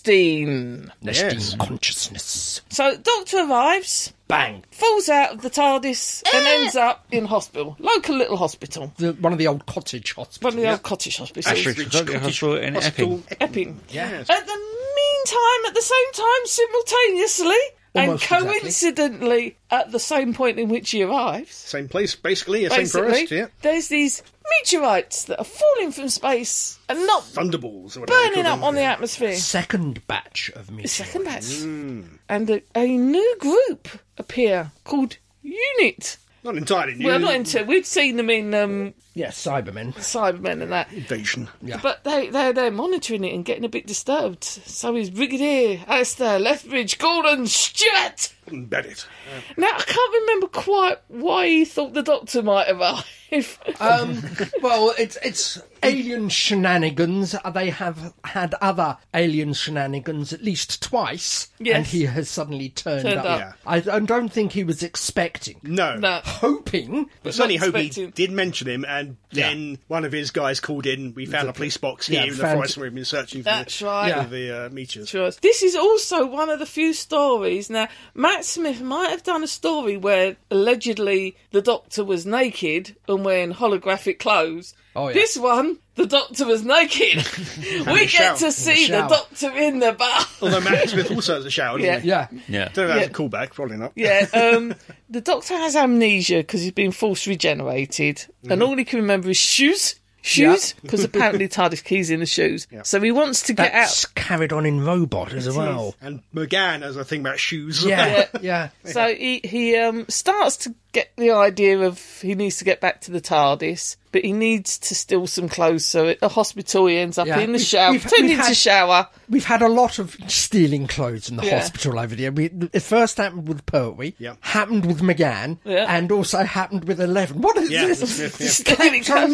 Nestine. Nesting Yes. consciousness. So Doctor arrives, Bang. falls out of the TARDIS, and ends up in hospital, local little hospital, The, one of the old cottage hospitals. one of the old cottage hospitals. Ashridge Hospital Hospital in Epping. Epping. Yeah. At the meantime, at the same time, simultaneously, Almost and exactly. coincidentally at the same point in which he arrives, Same place, basically, yeah, same basically, forest, yeah. there's these meteorites that are falling from space and not Thunderballs or whatever. they burning call up them. on the atmosphere. Second batch of meteorites. Second batch. And a, a new group appear called Unit. Not entirely new. Well, not into. We'd seen them in um, Yes, Cybermen. Cybermen and that. invasion. But they, they're, they're monitoring it and getting a bit disturbed. So is Brigadier, Alistair, Lethbridge, Gordon, Stewart. Couldn't bet it. Now, I can't remember quite why he thought the doctor might arrive. Um, well, it's it's alien shenanigans. Uh, They have had other alien shenanigans at least twice, Yes. and he has suddenly turned, Turned up. up. Yeah. I, I don't think he was expecting, No. no. hoping. But certainly not hope he expecting- did mention him, and then one of his guys called in. We found a police box here yeah, in the found- forest where we've been searching for That's the, right. for Yeah. the uh, meteors. to us. This is also one of the few stories. Now, Matt Smith might have done a story where allegedly the doctor was naked and wearing holographic clothes. Oh, yeah. This one, the doctor was naked. we shower. get to see the, shower. doctor in the bath. Although Matt Smith also has a shower, doesn't Yeah. he? Yeah, Yeah. Don't know if Yeah. that's a callback, probably not. Yeah, um, the doctor has amnesia because he's been force regenerated, Mm. and all he can remember is shoes. Shoes, because apparently TARDIS keys in the shoes. So he wants to get that's carried on in robot as well. Oh. And McGann has a thing about shoes. Yeah, Yeah. yeah. out. So he, he um, starts to get the idea of he needs to get back to the TARDIS, but he needs to steal some clothes. So at the hospital, he ends up Yeah. in the We've- shower, we've- pretending we've to had- shower. We've had a lot of stealing clothes in the Yeah. hospital over the year. We, it first happened with Pertwee, Yeah. happened with McGann, Yeah. and also happened with Eleven. What is Yeah. this? Yeah. this Stealing clothes.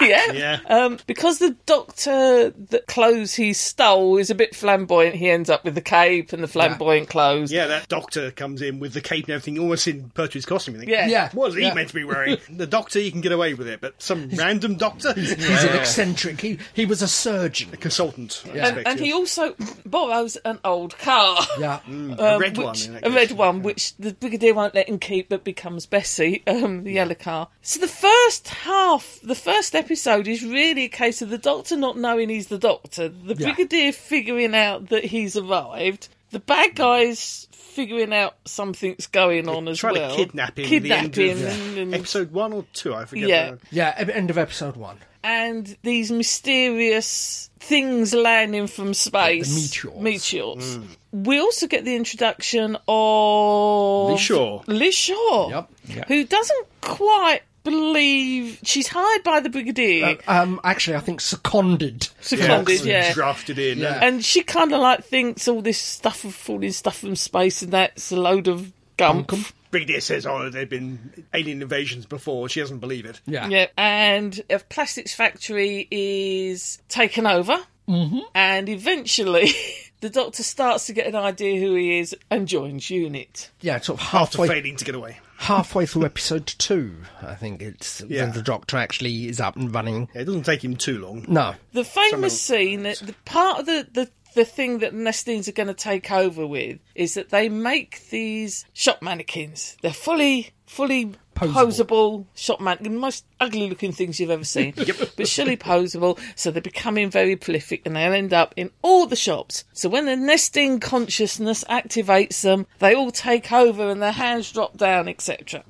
yeah. Yeah. Um, because the doctor, the clothes he stole is a bit flamboyant, he ends up with the cape and the flamboyant clothes. Yeah, that doctor comes in with the cape and everything, almost in Pertwee's costume. You think, Yeah. Yeah. What is he Yeah. meant to be wearing? the doctor, you can get away with it, but some random doctor, He's an eccentric. He, he was a surgeon. consultant, I And, expect. and yeah. he also borrows an old car. Yeah. a um, red one. which- in that a case. red one, which the brigadier won't let him keep, but becomes Bessie, um, the yellow car. So the first half, the first episode, is really a case of the Doctor not knowing he's the Doctor, the Yeah. brigadier figuring out that he's arrived, the Mm. bad guys figuring out something's going on as Trying well, to kidnap him. at kidnapping, the end of and, and, episode one or two, I forget. Yeah. the- Yeah, e- end of episode one. and these mysterious things landing from space, meteors. Mm. meteors. We also get the introduction of Lee Shaw. Liz Shaw, Yep. Yeah. who doesn't quite believe she's hired by the Brigadier, Um, actually, I think seconded. seconded, Yeah. yeah. Drafted in. Yeah. and she kind of like thinks all this stuff of falling stuff from space and that's a load of gunk. Brigadier says, "Oh, there've been alien invasions before." She doesn't believe it. Yeah. Yeah, and a plastics factory is taken over, and eventually the Doctor starts to get an idea who he is and joins UNIT. Yeah, sort of After halfway failing to get away, halfway through episode two, I think it's Yeah. when the Doctor actually is up and running. Yeah, it doesn't take him too long. No, The famous scene, that the part of the, the the thing that the Nestines are going to take over with is that they make these shop mannequins. They're fully fully Posable. posable, shop mannequin, the most ugly looking things you've ever seen, but surely posable. So they're becoming very prolific, and they'll end up in all the shops. So when the nesting consciousness activates them, they all take over, and their hands drop down, etc.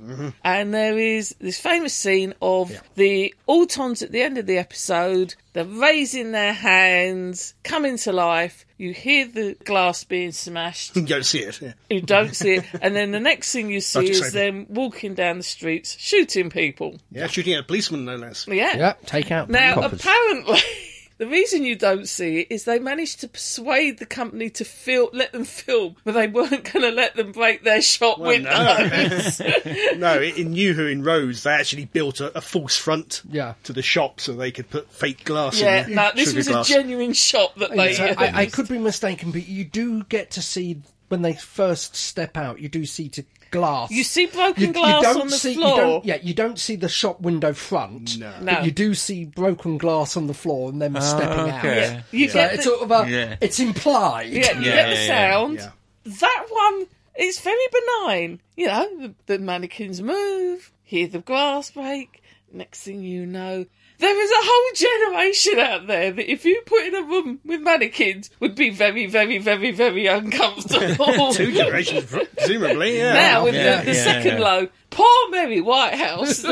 And there is this famous scene of the Autons at the end of the episode. They're raising their hands, coming to life. You hear the glass being smashed You don't see it. Yeah. you don't see it. And then the next thing you see just is say- them walking down the streets shooting people. Yeah, shooting at a policeman, no less. Yeah. yeah, take out Now, coppers. apparently. The reason you don't see it is they managed to persuade the company to fil- let them film, but they weren't going to let them break their shop window. No, in New Who in Rose, they actually built a, a false front Yeah. to the shop so they could put fake glass Yeah, in. no, this sugar was glass. a genuine shop that they. So I, I could be mistaken, but you do get to see when they first step out. You do see to glass. You see broken glass don't on the see- you floor. don't- yeah, you don't see the shop window front. No. Ah, No. But you do see broken glass on the floor and them stepping out. okay. Yeah. you So get it's the- sort of a. Yeah. It's implied. Yeah, you Yeah, get the yeah, yeah, sound. yeah. That one is very benign. You know, the, the mannequins move, hear the grass break. Next thing you know, there is a whole generation out there that if you put in a room with mannequins would be very, very, very, very uncomfortable. Two generations, pre- presumably. Yeah. Now with Yeah, the, the yeah, second yeah. low, poor Mary Whitehouse.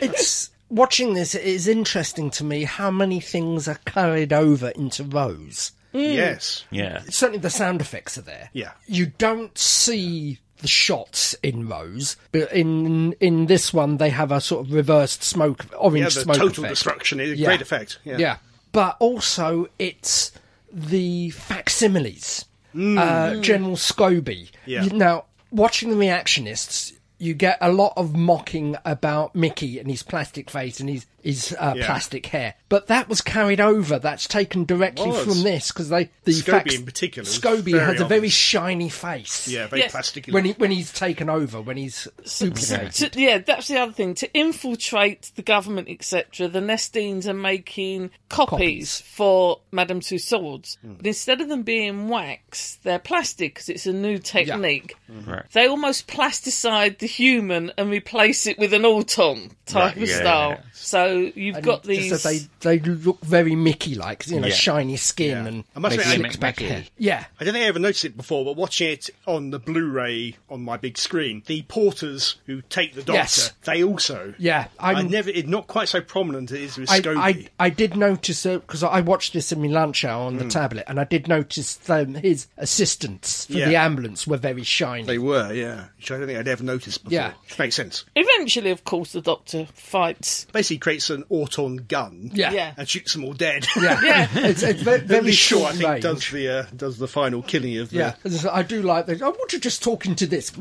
It's watching this. It is interesting to me how many things are carried over into Rose. Yes. Yeah. Certainly, the sound effects are there. Yeah. you don't see the shots in Rose, but in in this one they have a sort of reversed smoke, orange Yeah, the smoke total effect. destruction is a Yeah. great effect. Yeah. Yeah, but also it's the facsimiles. Uh, General Scobie. Mm. Yeah. You- Now, watching the reactionists, you get a lot of mocking about Mickey and his plastic face and his his uh, Yeah. plastic hair, but that was carried over. That's taken directly Was. from this because they the Scobie fax- in particular is Scobie very has a very obvious. shiny face Yeah, very Yes. plastic. when he when he's taken over, when he's duplicated. to, yeah, that's the other thing. To infiltrate the government, etc., the Nestines are making copies, Copies. Hmm. for Madame Tussauds. But instead of them being wax, they're plastic because it's a new technique. Mm-hmm. Right. They almost plasticide the human and replace it with an auton type Right, of yeah, style. yeah. So So you've And got just these. that they they look very Mickey like, you know, Yeah. shiny skin Yeah. and I must big admit, I- slicked back Mickey. hair. Yeah, I don't think I ever noticed it before, but watching it on the Blu-ray on my big screen, the porters who take the doctor, Yes. they also. yeah. I I'm, never. It's not quite so prominent as it Hmm. is with I, Scobie. I I did notice because I watched this in my lunch hour on the tablet, and I did notice um, his assistants for Yeah. the ambulance were very shiny. they were, yeah. Which I don't think I'd ever noticed before. Yeah. Which makes sense. Eventually, of course, the Doctor fights. Basically creates an Auton gun yeah, Yeah. and shoots them all dead. yeah. Yeah. It's, it's ve- very, Very sure, I short think, range. does the uh, does the final killing of the Yeah, As I said, I do like that. I want you just talking to this.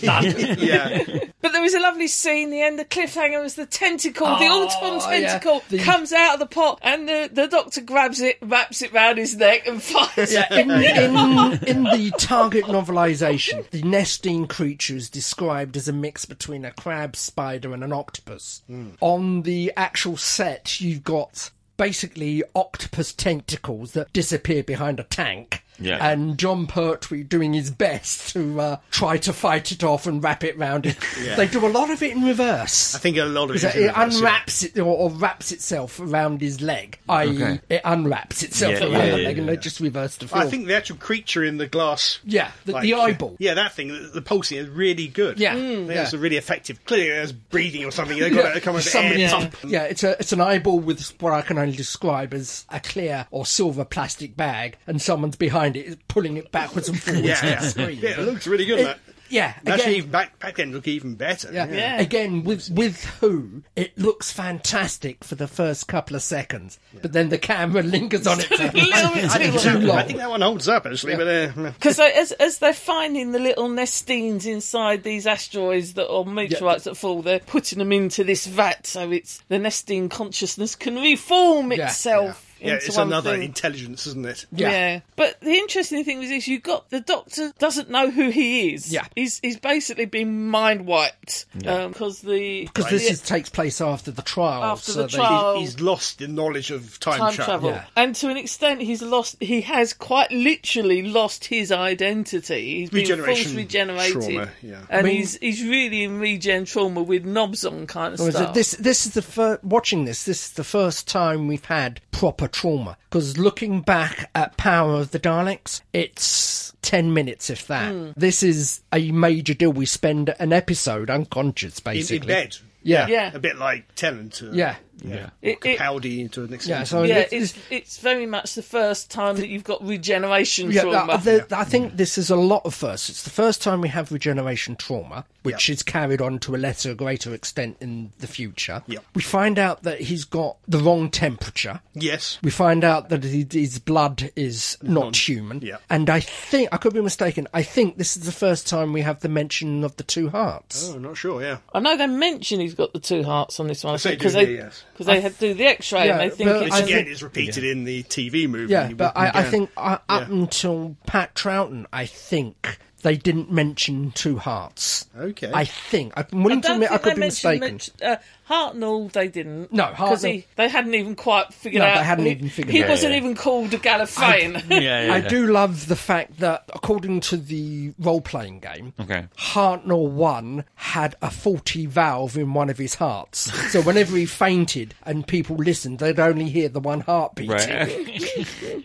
yeah. But there was a lovely scene. The end, the cliffhanger was the tentacle, the Auton Oh, yeah. tentacle The- comes out of the pot, and the, the doctor grabs it, wraps it round his neck, and fires it. in, in, in the target novelization, the nesting creature is described as a mix between a crab, spider, and an octopus. Hmm. On the actual set, you've got basically octopus tentacles that disappear behind a tank. Yeah. And John Pertwee doing his best to uh, try to fight it off and wrap it round it. They do a lot of it in reverse. I think a lot of it, Is is that in it reverse, yeah. unwraps it or, or wraps itself around his leg, i.e., Okay. it unwraps itself Yeah, around yeah, the yeah, leg, and yeah. they just reverse the film. I think the actual creature in the glass. yeah, the, like, the eyeball. Yeah, that thing. The, the pulsing is really good. Yeah. Mm, that's yeah. really effective. Clearly, there's breathing or something. They got to come with the air Somebody- pump. yeah, it's a it's an eyeball with what I can only describe as a clear or silver plastic bag, and someone's behind it is pulling it backwards and forwards. Yeah, on the yeah. screen. yeah, it looks really good. It- that. yeah, Actually, again- even back back then looked even better. Yeah. Again, with with who it looks fantastic for the first couple of seconds, but then the camera lingers on it for Little bit I too think too long. long. I think that one holds up actually, but uh, Because as as they're finding the little nestines inside these asteroids that or meteorites that fall, they're putting them into this vat so it's the nesting consciousness can reform Yeah, itself. yeah, into it's one another thing. intelligence, isn't it? Yeah. Yeah. But the interesting thing was this you got the doctor doesn't know who he is. Yeah. He's he's basically been mind wiped. because the because this is, takes place after the trial. After the they- trial. Oh. He- He's lost the knowledge of time, time travel. yeah. And to an extent he's lost he has quite literally lost his identity. He's been Regeneration force regenerated. trauma, yeah. And I mean- he's he's really in regen trauma with knobs on kind of Or Oh, is stuff. it- this this is the first watching this. This is the first time we've had proper trauma. Because looking back at Power of the Daleks, it's ten minutes if that. Hmm. This is a major deal. We spend an episode unconscious, In, in basically. bed. Yeah. Yeah. A bit like Tennant. Uh, yeah, yeah. It- it- Capaldi into an extent. yeah. So yeah, it- it's it's very much the first time that you've got regeneration Yeah, trauma. th- th- I think this is a lot of firsts. It's the first time we have regeneration trauma, which is carried on to a lesser, greater extent in the future. Yeah. We find out that he's got the wrong temperature. yes. We find out that he- his blood is not human. yeah. And I think, I could be mistaken, I think this is the first time we have the mention of the two hearts. Oh, not sure. Yeah. I know they mention he's got the two hearts on this one Yes, they because do, they yeah, yes. because they had to do the X-ray and Yeah, they think but it's Which I an- again think- is repeated in the TV movie. Yeah, but I, I Again. think uh, up until Pat Troughton, I think they didn't mention two hearts. Okay. I think. I'm willing to don't admit I think could they be mentioned mistaken. much- uh, Hartnell, they didn't. No, 'Cause he- Hartnell- They hadn't even quite figured No, out. they hadn't he, even figured He out. wasn't Yeah, yeah. even called a Gallifreyan. Yeah, yeah. I yeah. do love the fact that, according to the role playing game, Okay. Hartnell 1 had a faulty valve in one of his hearts. so whenever he fainted and people listened, they'd only hear the one heartbeat. Right.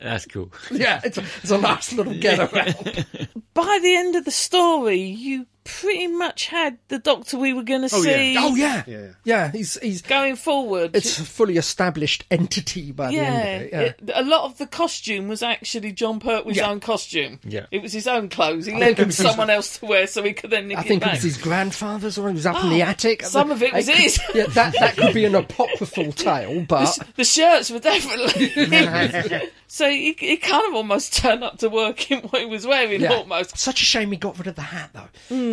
That's cool. Yeah, it's a, it's a nice little getaround. By the end of the story, you pretty much had the Doctor we were going to yeah. see oh, yeah. Yeah. Yeah, he's, he's, going forward. it's a fully established entity by the yeah, end of it. Yeah. It- a lot of the costume was actually John Pertwee's own costume. Yeah. It was his own clothes. He lent them to someone else to wear so he could then nick I think it back. was his grandfather's or he was up in the attic. Ah, some of it was could- his. Yeah, that, that could be an apocryphal tale, but the shirts were definitely. so he, he kind of almost turned up to work in what he was wearing, yeah. almost. Such a shame he got rid of the hat, though.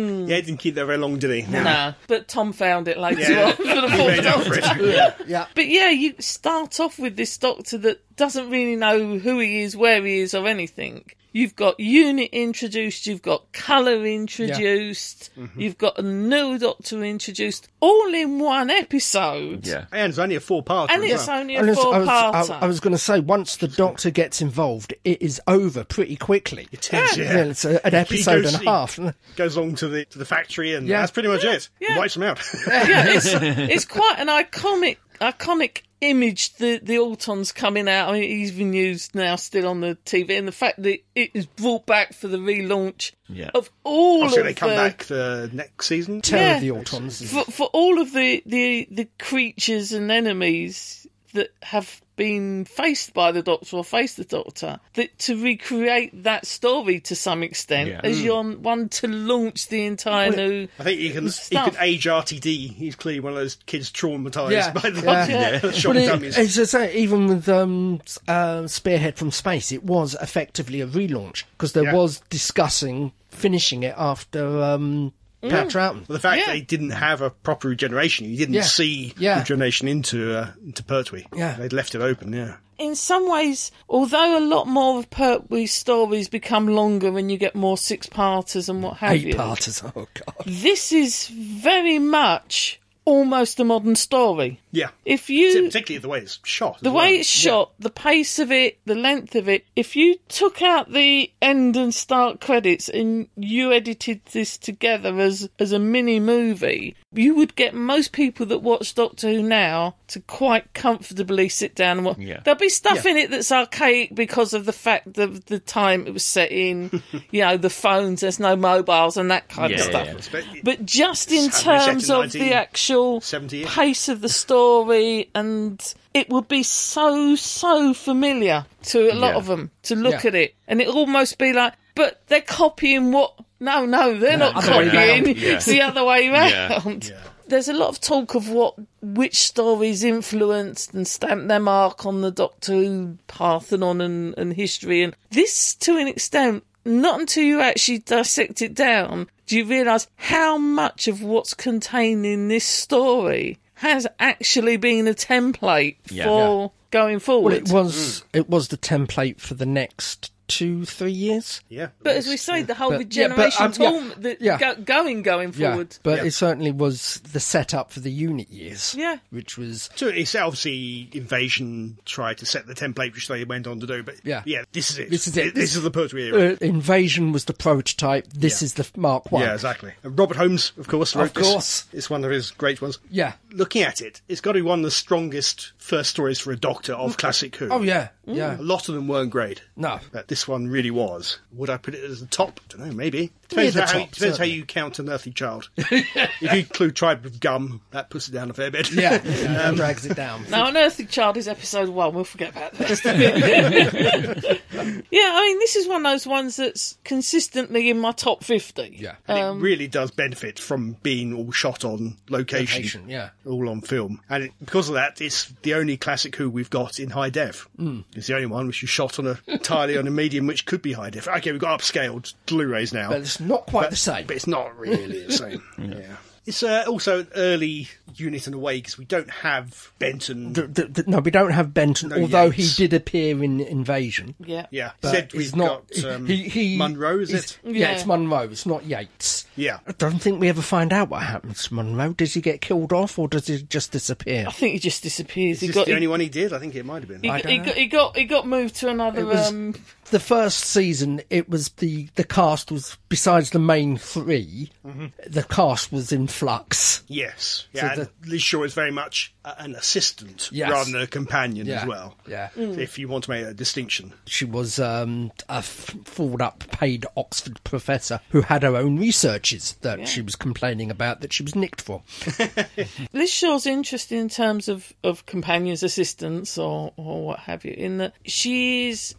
Yeah, he didn't keep that very long, did he? No. Nah, but Tom found it later Yeah. on for the He fourth made up for doctor. it. Yeah. But yeah, you start off with this doctor that doesn't really know who he is, where he is, or anything. You've got unit introduced, you've got colour introduced, Mm-hmm. you've got a new Doctor introduced, all in one episode. Yeah. And it's only a four part. And it's only I a was, I four was, I, I parter. was going to say, once the Doctor gets involved, it is over pretty quickly. It is, yeah. Yeah, it's a- an episode and a see- half. Goes along to the to the factory, and Yeah. that's pretty much it. yeah. Wipes them out. yeah, it's, it's quite an iconic iconic image the the Alton's coming out. I mean, he's been used now still on the TV, and the fact that it is brought back for the relaunch Yeah. of all I'm sure of they come the, back the next season. Terror Yeah. of the Autons. for, for all of the, the the creatures and enemies that have been faced by the Doctor or faced the Doctor, that to recreate that story to some extent Yeah. as your one to launch the entire new. Mm. I think he can he Stuff. can age RTD. He's clearly one of those kids traumatized Yeah. by the Yeah. the shock But it, dummies. as I say, even with um, s- uh, Spearhead from Space, it was effectively a relaunch because there Yeah. was discussing finishing it after um, Pat Troughton. Well, the fact Yeah. that he didn't have a proper regeneration, you didn't Yeah. see Yeah. regeneration into uh, into Pertwee. Yeah. they'd left it open. Yeah, In some ways, although a lot more of Pertwee's stories become longer and you get more six parters and what have Eight you, parters. Oh, God. this is very much almost a modern story. yeah. If you Particularly the way it's shot. as The well. way it's shot, the pace of it, the length of it. If you took out the end and start credits and you edited this together as as a mini movie, you would get most people that watch Doctor Who now to quite comfortably sit down and watch. Yeah. There'll be stuff in it that's archaic because of the fact of the time it was set in. you know, the phones, there's no mobiles and that kind of Yeah, stuff. yeah, yeah. But But just in Sadly, set in terms of the 1970. actual 70. pace of the story, and it would be so, so familiar to a lot Yeah. of them to look Yeah. at it. And it'd almost be like, but they're copying what. No, no, they're not other way copying. round. Yeah. It's the other way Yeah. round. There's a lot of talk of what which stories influenced and stamped their mark on the Doctor Who Parthenon and, and history. And this, to an extent, not until you actually dissect it down do you realise how much of what's contained in this story has actually been a template Yeah. for going Well, forward. it was, it was the template for the next two, three years. yeah, but as we say, the whole But- yeah, but, regeneration um, yeah, torm- the, yeah. go- going going forward. but Yeah. it certainly was the setup for the unit years. Yeah. which was So it's obviously Invasion tried to set the template, which they went on to do. But Yeah. this is it. This is it. This is the Pertwee era. uh, Invasion was the prototype. This is the Mark One. Yeah, exactly. And Robert Holmes, of course, wrote this. course. It's one of his great ones. Yeah. Looking at it, it's got to be one of the strongest first stories for a Doctor of classic Who. Oh yeah, yeah. A lot of them weren't great. No. But this one really was. Would I put it as the top? don't know, maybe. Depends, Near the how, top, depends how certainly. you count an earthly child. if you include Tribe of Gum, that puts it down a fair bit. Yeah, yeah, Um, that drags it down. Now, Unearthly Child is episode one. We'll forget about the rest of it. yeah, I mean, this is one of those ones that's consistently in my top 50. Yeah. And it really does benefit from being all shot on location, Location, yeah. all on film. And it, because of that, it's the only classic Who we've got in high def. Hmm. Mm. It's the only one which is shot on a entirely on a medium which could be high def. Okay, we've got upscaled Blu-rays now, But it's not quite the same. but it's not really the same. yeah. It's uh, also an early unit in a way because we don't have Benton. The- the- the- no, we don't have Benton, although Yates. he did appear in Invasion. Yeah. yeah, But said it's we've not. got um, he, he, Munro. Is he's- it? Yeah. Yeah. it's Munro. It's not Yates. Yeah. I don't think we ever find out what happens to Munro. Does he get killed off or does he just disappear? I think he just disappears. Is he this got, the he, only one he did? I think it might have been. he, I got, don't he, know. got, he got he got moved to another. It was- um, the first season, it was the the cast was besides the main 3 Mm-hmm. the cast was in flux. Yes. Yeah. So and Liz Shaw is very much a- an assistant Yes. rather than a companion Yeah. as well. Yeah. If you want to make a distinction. She was um, a f- fooled up, paid Oxford professor who had her own researches that she was complaining about that she was nicked for. Liz Shaw's interesting in terms of, of companions, assistants, or, or what have you, in that she is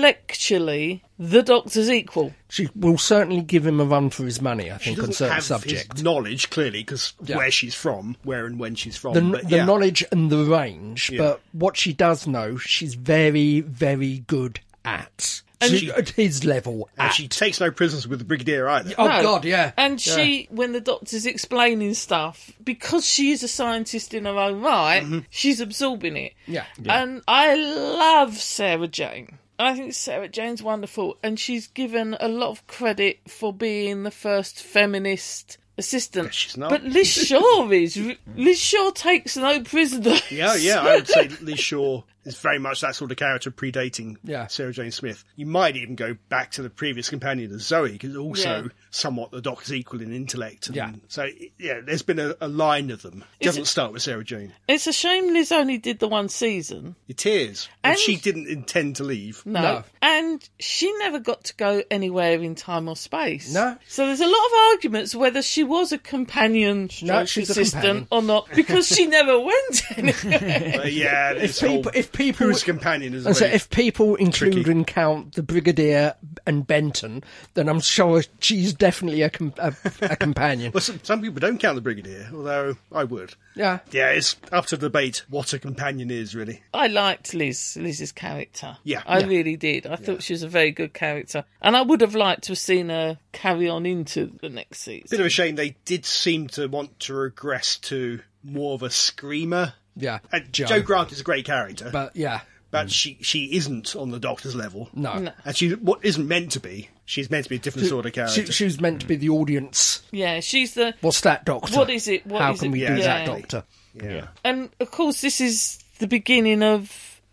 intellectually the Doctor's equal. She will certainly give him a run for his money, I think, on doesn't certain have subjects. his knowledge clearly because Yeah. where she's from, where and when she's from. The, but the yeah. knowledge and the range, but what she does know, she's very, very good at. She- at his level. And at. she takes no prisoners with the Brigadier either. oh, No. God, yeah. And she, when the doctor's explaining stuff, because she is a scientist in Mm-hmm. her own right, she's absorbing it. Yeah. And I love Sarah Jane. I think Sarah Jane's wonderful, and she's given a lot of credit for being the first feminist assistant. she's not. But Liz Shaw is. Liz Shaw takes no prisoners. Yeah, yeah, I would say Lee Shaw is very much that sort of character predating Yeah. Sarah Jane Smith. You might even go back to the previous companion of Zoe, because also Yeah. somewhat the Doc's equal in intellect. And Yeah. So, yeah, there's been a, a line of them. It doesn't start with Sarah Jane. It's a shame Liz only did the one season. It is. And And- she didn't intend to leave. No. No. And she never got to go anywhere in time or space. No. So there's a lot of arguments whether she was a companion stroke she's a companion. assistant or not because she never went anywhere. But yeah, this whole People, if people, who's a companion is a and so very- if people include tricky. and count the Brigadier and Benton, then I'm sure she's definitely a com- a, a companion. Well, some, some people don't count the Brigadier, although I would. Yeah, Yeah, it's up to debate what a companion is, really. I liked Liz Liz's character. Yeah. I Yeah. really did. I thought she was a very good character. And I would have liked to have seen her carry on into the next season. Bit of a shame they did seem to want to regress to more of a screamer. yeah. And Joe. uh, Joe. Grant is a great character, but, But yeah, she she isn't on the Doctor's level. no. And she what isn't meant to be. She's meant to be a different sort of She, character. she was meant to be the audience. Yeah, she's the What's that, Doctor? What is it? What How is can it? we Yeah, do that, exactly. Doctor? yeah. and of course this is the beginning of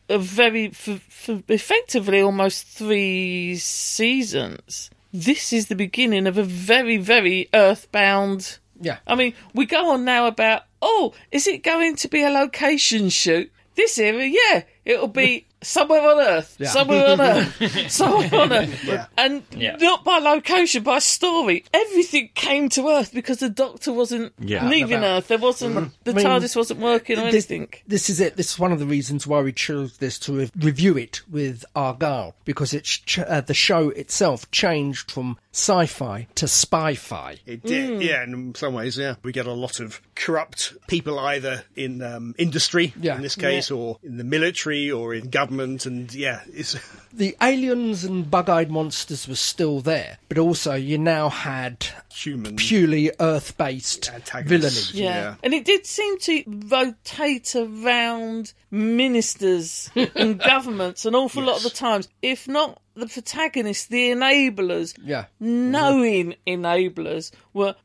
a very for, for effectively almost three seasons this is the beginning of a very very earthbound Yeah. i mean we go on now about oh is it going to be a location shoot this area yeah it'll be somewhere on earth somewhere on earth somewhere on earth and Yeah. not by location by story everything came to earth because the doctor wasn't Yeah. leaving About- Mm-hmm. earth there wasn't the I mean, TARDIS wasn't working or this, anything. this is it. This is one of the reasons why we chose this to re- review it with Argyle because it's ch- uh, the show itself changed from sci-fi to spy-fi. It did, Mm. yeah, in some ways, yeah. We get a lot of corrupt people either in um, industry, Yeah. in this case, or in the military, or in government, and yeah, it's The aliens and bug-eyed monsters were still there, but also you now had human purely Earth-based villainy. antagonists. Yeah. yeah. And it did seem to rotate around ministers and governments an awful lot of the times, if not the protagonists, the enablers. Yeah. Knowing enablers were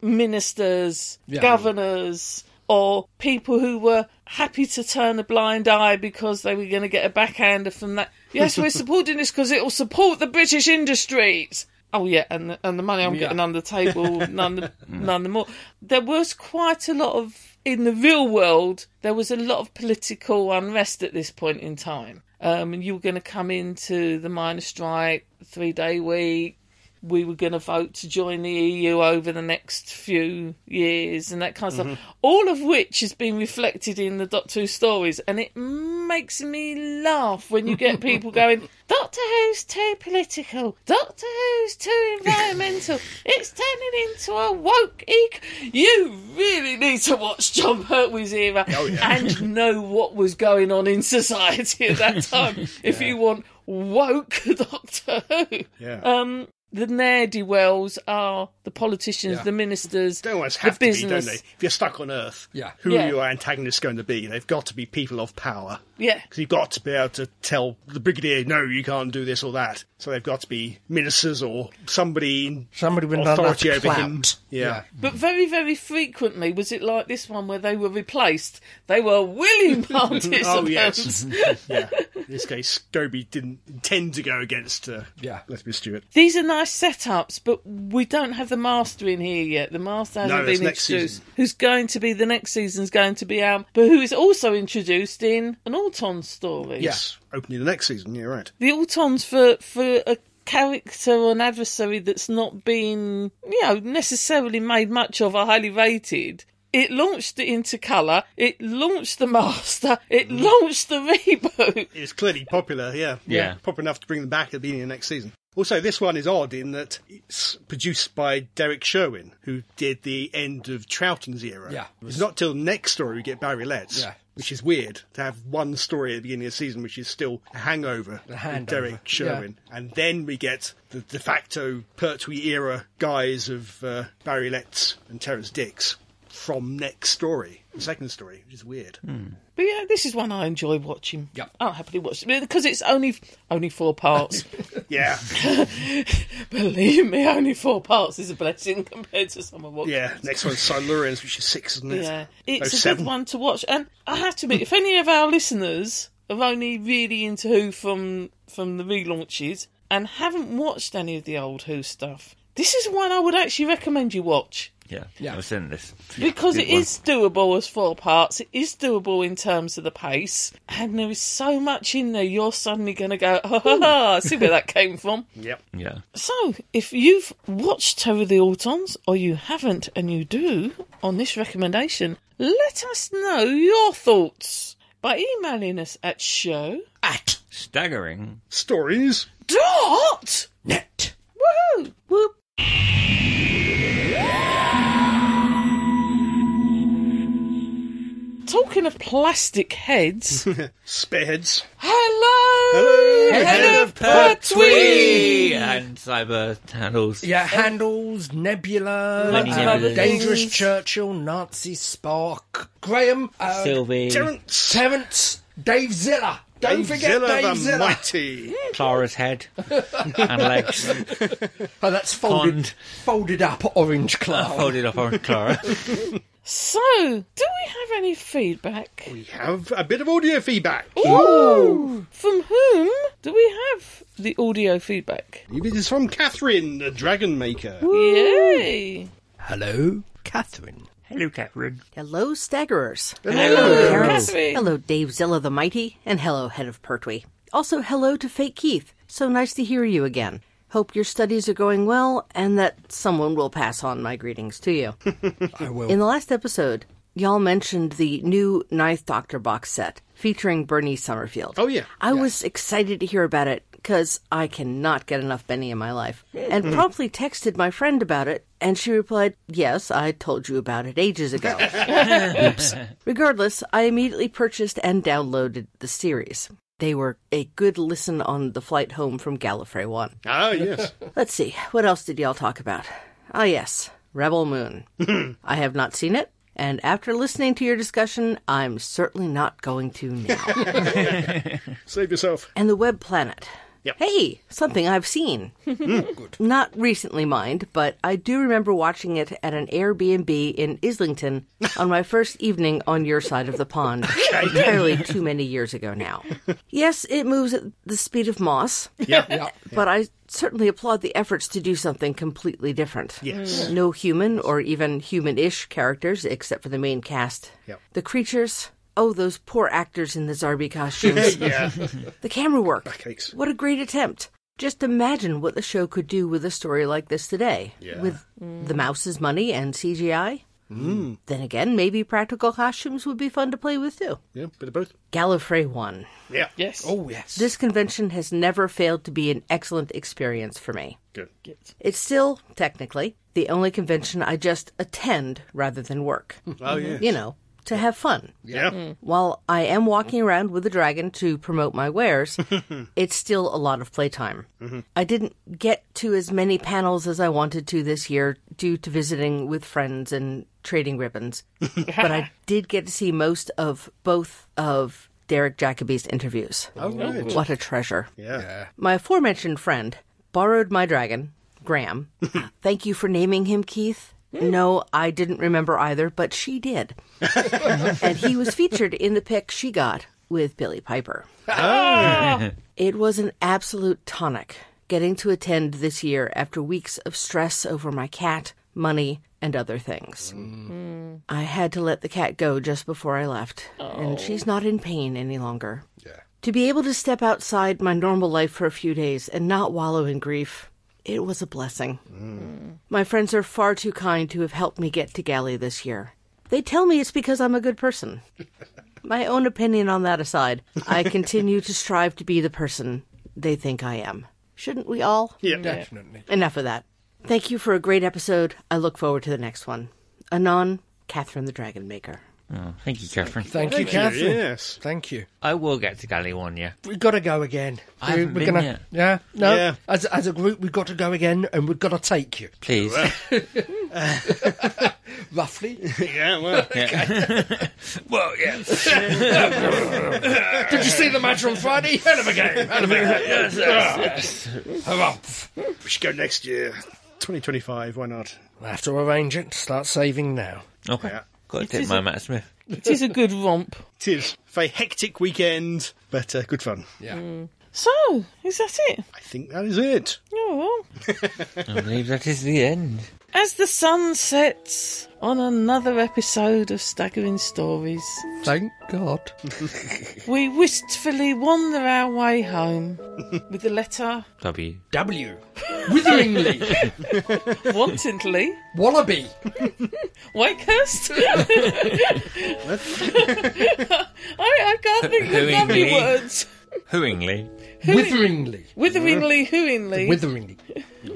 ministers, governors, or people who were happy to turn a blind eye because they were going to get a backhander from that. Yes, we're supporting this because it will support the British industries. Oh yeah, and the, and the money I'm getting under the table, none the, none the more. There was quite a lot of in the real world. There was a lot of political unrest at this point in time. Um, you were going to come into the miners' strike, three day week. We were going to vote to join the EU over the next few years and that kind of stuff. All of which has been reflected in the Doctor Who stories, and it makes me laugh when you get people going, Doctor Who's too political. Doctor Who's too environmental. It's turning into a woke eco. You really need to watch John Pertwee's era and know what was going on in society at that time if you want woke Doctor Who. Yeah. Um, the ne'er do wells are the politicians, the ministers, They almost the have to be, business. don't they? If you're stuck on Earth, Yeah. who Yeah. are your antagonists going to be? They've got to be people of power. Yeah. Because you've got to be able to tell the Brigadier, no, you can't do this or that. So they've got to be ministers or somebody in Somebody with enough authority clout. over him. Yeah. But very, very frequently, was it like this one where they were replaced? They were willing participants. Oh, yes. yeah. In this case, Scobie didn't intend to go against uh, Yeah. Leslie Stewart. These are nice setups, but we don't have the master in here yet. The master hasn't No, been it's next introduced. season. Who's going to be the next season's going to be out, but who is also introduced in an Auton story. Yes. Opening the next season, yeah, right. the autons for for a character or an adversary that's not been you know necessarily made much of or highly rated it launched it into colour it launched the master it launched the reboot It's clearly popular, yeah. Yeah. Popular enough to bring them back at the beginning of next season. Also, this one is odd in that it's produced by Derek Sherwin, who did the end of Troughton's era. Yeah. It's not till next story we get Barry Letts. Yeah. Which is weird to have one story at the beginning of the season, which is still a hangover with handover, Derek Sherwin, and then we get the de facto Pertwee era guys of uh, Barry Letts and Terence Dix. from next story, the second story, which is weird. But yeah, this is one I enjoy watching. Yep. I'll happily watch it because it's only only four parts. Yeah, Believe me, only four parts is a blessing compared to someone watching. yeah. Next one's Silurians, which is six, isn't it? Yeah, it's No, a seven. good one to watch. And I have to admit, if any of our listeners are only really into Who from from the relaunches and haven't watched any of the old Who stuff, this is one I would actually recommend you watch Yeah, Yeah. I was in this. because Good it one. is doable as four parts. It is doable in terms of the pace, and there is so much in there. You're suddenly going to go, ha ha ha! I See where that came from. Yep. Yeah. So, if you've watched Terror of the Autons, or you haven't and you do, on this recommendation, let us know your thoughts by emailing us at show At Staggering. Stories. dot net. woohoo whoop. Talking of plastic heads, Spearheads. hello, Hello, head of Pertwee! And cyber handles. Yeah, handles, Oh. Nebula, Many uh, Nebulas. Dangerous Things. Churchill, Nazi Spark, Graham, uh, Sylvie. Terence. Terence, Dave Zilla. Don't forget Zilla Dave the Zilla. Mighty. Clara's head. and legs. Oh, that's folded, Pond. folded up orange cloud. Folded up on Clara. So, do we have any feedback? We have a bit of audio feedback. Ooh. From whom do we have the audio feedback? It is from Catherine, the Dragon Maker. Yay! Hello, Catherine. Hello, Catherine. Hello, staggerers. Catherine. Hello, Dave Zilla the Mighty, and hello, Head of Pertwee. Also, hello to Fake Keith. So nice to hear you again. Hope your studies are going well and that someone will pass on my greetings to you. I will. In the last episode, y'all mentioned the new Ninth Doctor box set featuring Bernie Summerfield. Oh, yeah. I was excited to hear about it because I cannot get enough Benny in my life, Mm-hmm. and promptly texted my friend about it, and she replied, "Yes, I told you about it ages ago." Oops. Regardless, I immediately purchased and downloaded the series. They were a good listen on the flight home from Gallifrey One. Ah, yes. Let's see, what else did y'all talk about? Ah, yes, Rebel Moon. I have not seen it, and after listening to your discussion, I'm certainly not going to now. Save yourself. and the Web Planet. Yep. Hey, something I've seen. Not recently, mind, but I do remember watching it at an Airbnb in Islington on my first evening on your side of the pond, entirely too many years ago now. Yes, it moves at the speed of moss, but I certainly applaud the efforts to do something completely different. Yes. No human or even human ish characters except for the main cast. Yep. The creatures. Oh, those poor actors in the Zarbi costumes. Yeah. The camera work. Cakes. What a great attempt. Just imagine what the show could do with a story like this today. Yeah. With the mouse's money and CGI. Mm. Then again, maybe practical costumes would be fun to play with too. Yeah, bit of both. Gallifrey 1. Yeah. Yes. oh, yes. This convention has never failed to be an excellent experience for me. Good. It's still, technically, the only convention I just attend rather than work. Oh, yeah. You know, to have fun. Yeah. Mm. While I am walking around with a dragon to promote my wares, it's still a lot of playtime. Mm-hmm. I didn't get to as many panels as I wanted to this year due to visiting with friends and trading ribbons, but I did get to see most of both of Derek Jacobi's interviews. Oh, right. What a treasure. Yeah. My aforementioned friend borrowed my dragon, Graham. Thank you for naming him Keith. No, I didn't remember either, but she did. and he was featured in the pic she got with Billy Piper. It was an absolute tonic getting to attend this year after weeks of stress over my cat, money, and other things. I had to let the cat go just before I left, and she's not in pain any longer. To be able to step outside my normal life for a few days and not wallow in grief, it was a blessing. My friends are far too kind to have helped me get to Galley this year. They tell me it's because I'm a good person. my own opinion on that aside, I continue to strive to be the person they think I am. Shouldn't we all? Definitely. Enough of that. Thank you for a great episode. I look forward to the next one. Anon, Catherine the Dragon Maker. Oh, thank you, Catherine. Thank you, Catherine. Yes. Thank you. I will get to Galley One, yeah. We've got to go again. I haven't we're been gonna, yet. Yeah, no. Yeah. As, as a group, we've got to go again, and we've got to take you. Please. roughly. yeah, well, well, yeah. Did you see the match on Friday? Hell of a game. Ah. Hell of a yes, yes, game. Harumph. we should go next year. 2025, why not? We'll have to arrange it. Start saving now. yes. Okay. Yeah. Got to take is my a- Matt Smith. It is a good romp. It is a hectic weekend, but uh, good fun. Yeah. So, is that it? I think that is it. Oh, well. I believe that is the end. As the sun sets on another episode of Staggering Stories, Thank God. we wistfully wander our way home with the letter W. W. Witheringly. wantonly Wallaby. Wakehurst. I, I can't think of lovely Hooingly. words. Hooingly. Witheringly. Witheringly, hooingly, Witheringly.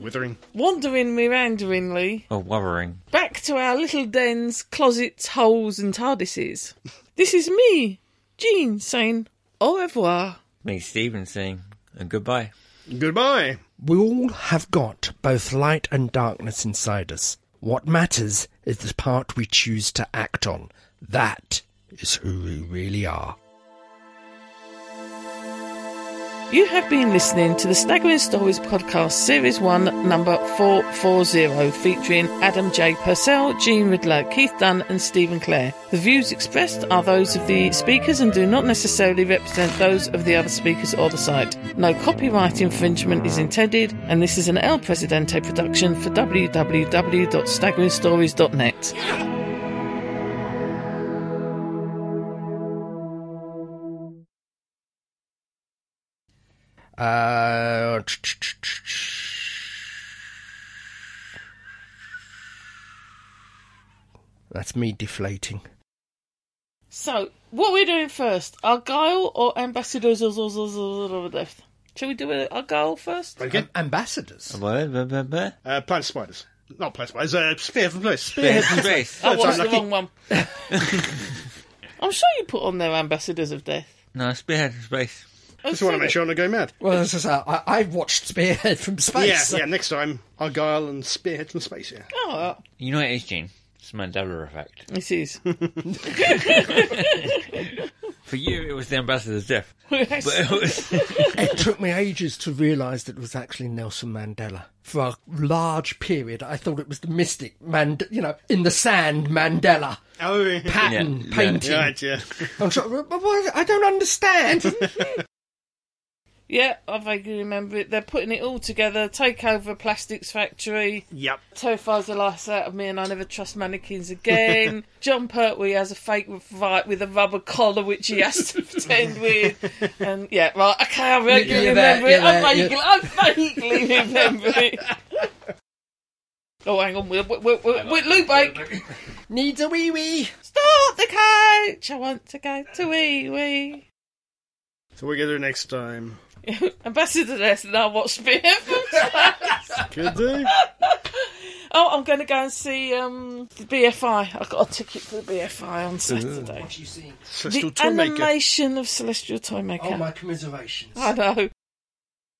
Withering. wandering, meanderingly, Or worrying. back to our little dens, closets, holes, and TARDISes. This is me, Jean, saying au revoir. Me, Stephen, saying, and goodbye. Goodbye. We all have got both light and darkness inside us. What matters is the part we choose to act on. That is who we really are. You have been listening to the Staggering Stories podcast, series one, number 440, featuring Adam J. Purcell, Gene Ridler, Keith Dunn, and Stephen Clare. The views expressed are those of the speakers and do not necessarily represent those of the other speakers or the site. No copyright infringement is intended, and this is an El Presidente production for www.staggeringstories.net. Uh, that's me deflating. So, what are we doing first? Argyle or Ambassadors of Death? Shall we do it Argyle first? Okay. Ambassadors. Blah, blah, blah, blah. Uh, Planet Spiders. Not Planet Spiders, uh, Spear from Bliss. Bit of space. I watched the unlucky. wrong one. I'm sure you put on there Ambassadors of Death. No, spearhead from space. I Just want to make sure I'm not going mad. Well, this is, uh, I, I've watched Spearhead from Yeah, space. yeah, next time, Argyle and Spearhead from Space, yeah. Oh, well, You know what it is, Gene? It's the Mandela effect. this is. For you, it was the ambassador's death. But uh, it was. It took me ages to realise that it was actually Nelson Mandela. For a large period, I thought it was the mystic Mand, you know, in the sand Mandela Oh, yeah. pattern Yeah, yeah. painting. Right, yeah. I'm sorry, but what- I don't understand. yeah, I vaguely remember it. They're putting it all together. Take over Plastics Factory. yep. Terrifies the life out of me, and I never trust mannequins again. John Pertwee has a fake fight with a rubber collar, which he has to pretend with. And yeah, right, okay, I vaguely You're there, remember you're it. I there, vaguely, you're- I vaguely remember it. Oh, hang on, we're, we're, we're, we're, Luke Bake. Needs a wee wee. Stop the coach! I want to go to wee wee. So we're going to do next time. Ambassador Ness and I watch Spear. Good day. oh, I'm going to go and see um, the BFI. I got a ticket for the BFI on Saturday. What you seen? Celestial The Toymaker. animation of Celestial Toymaker. Oh, my commiserations. I know.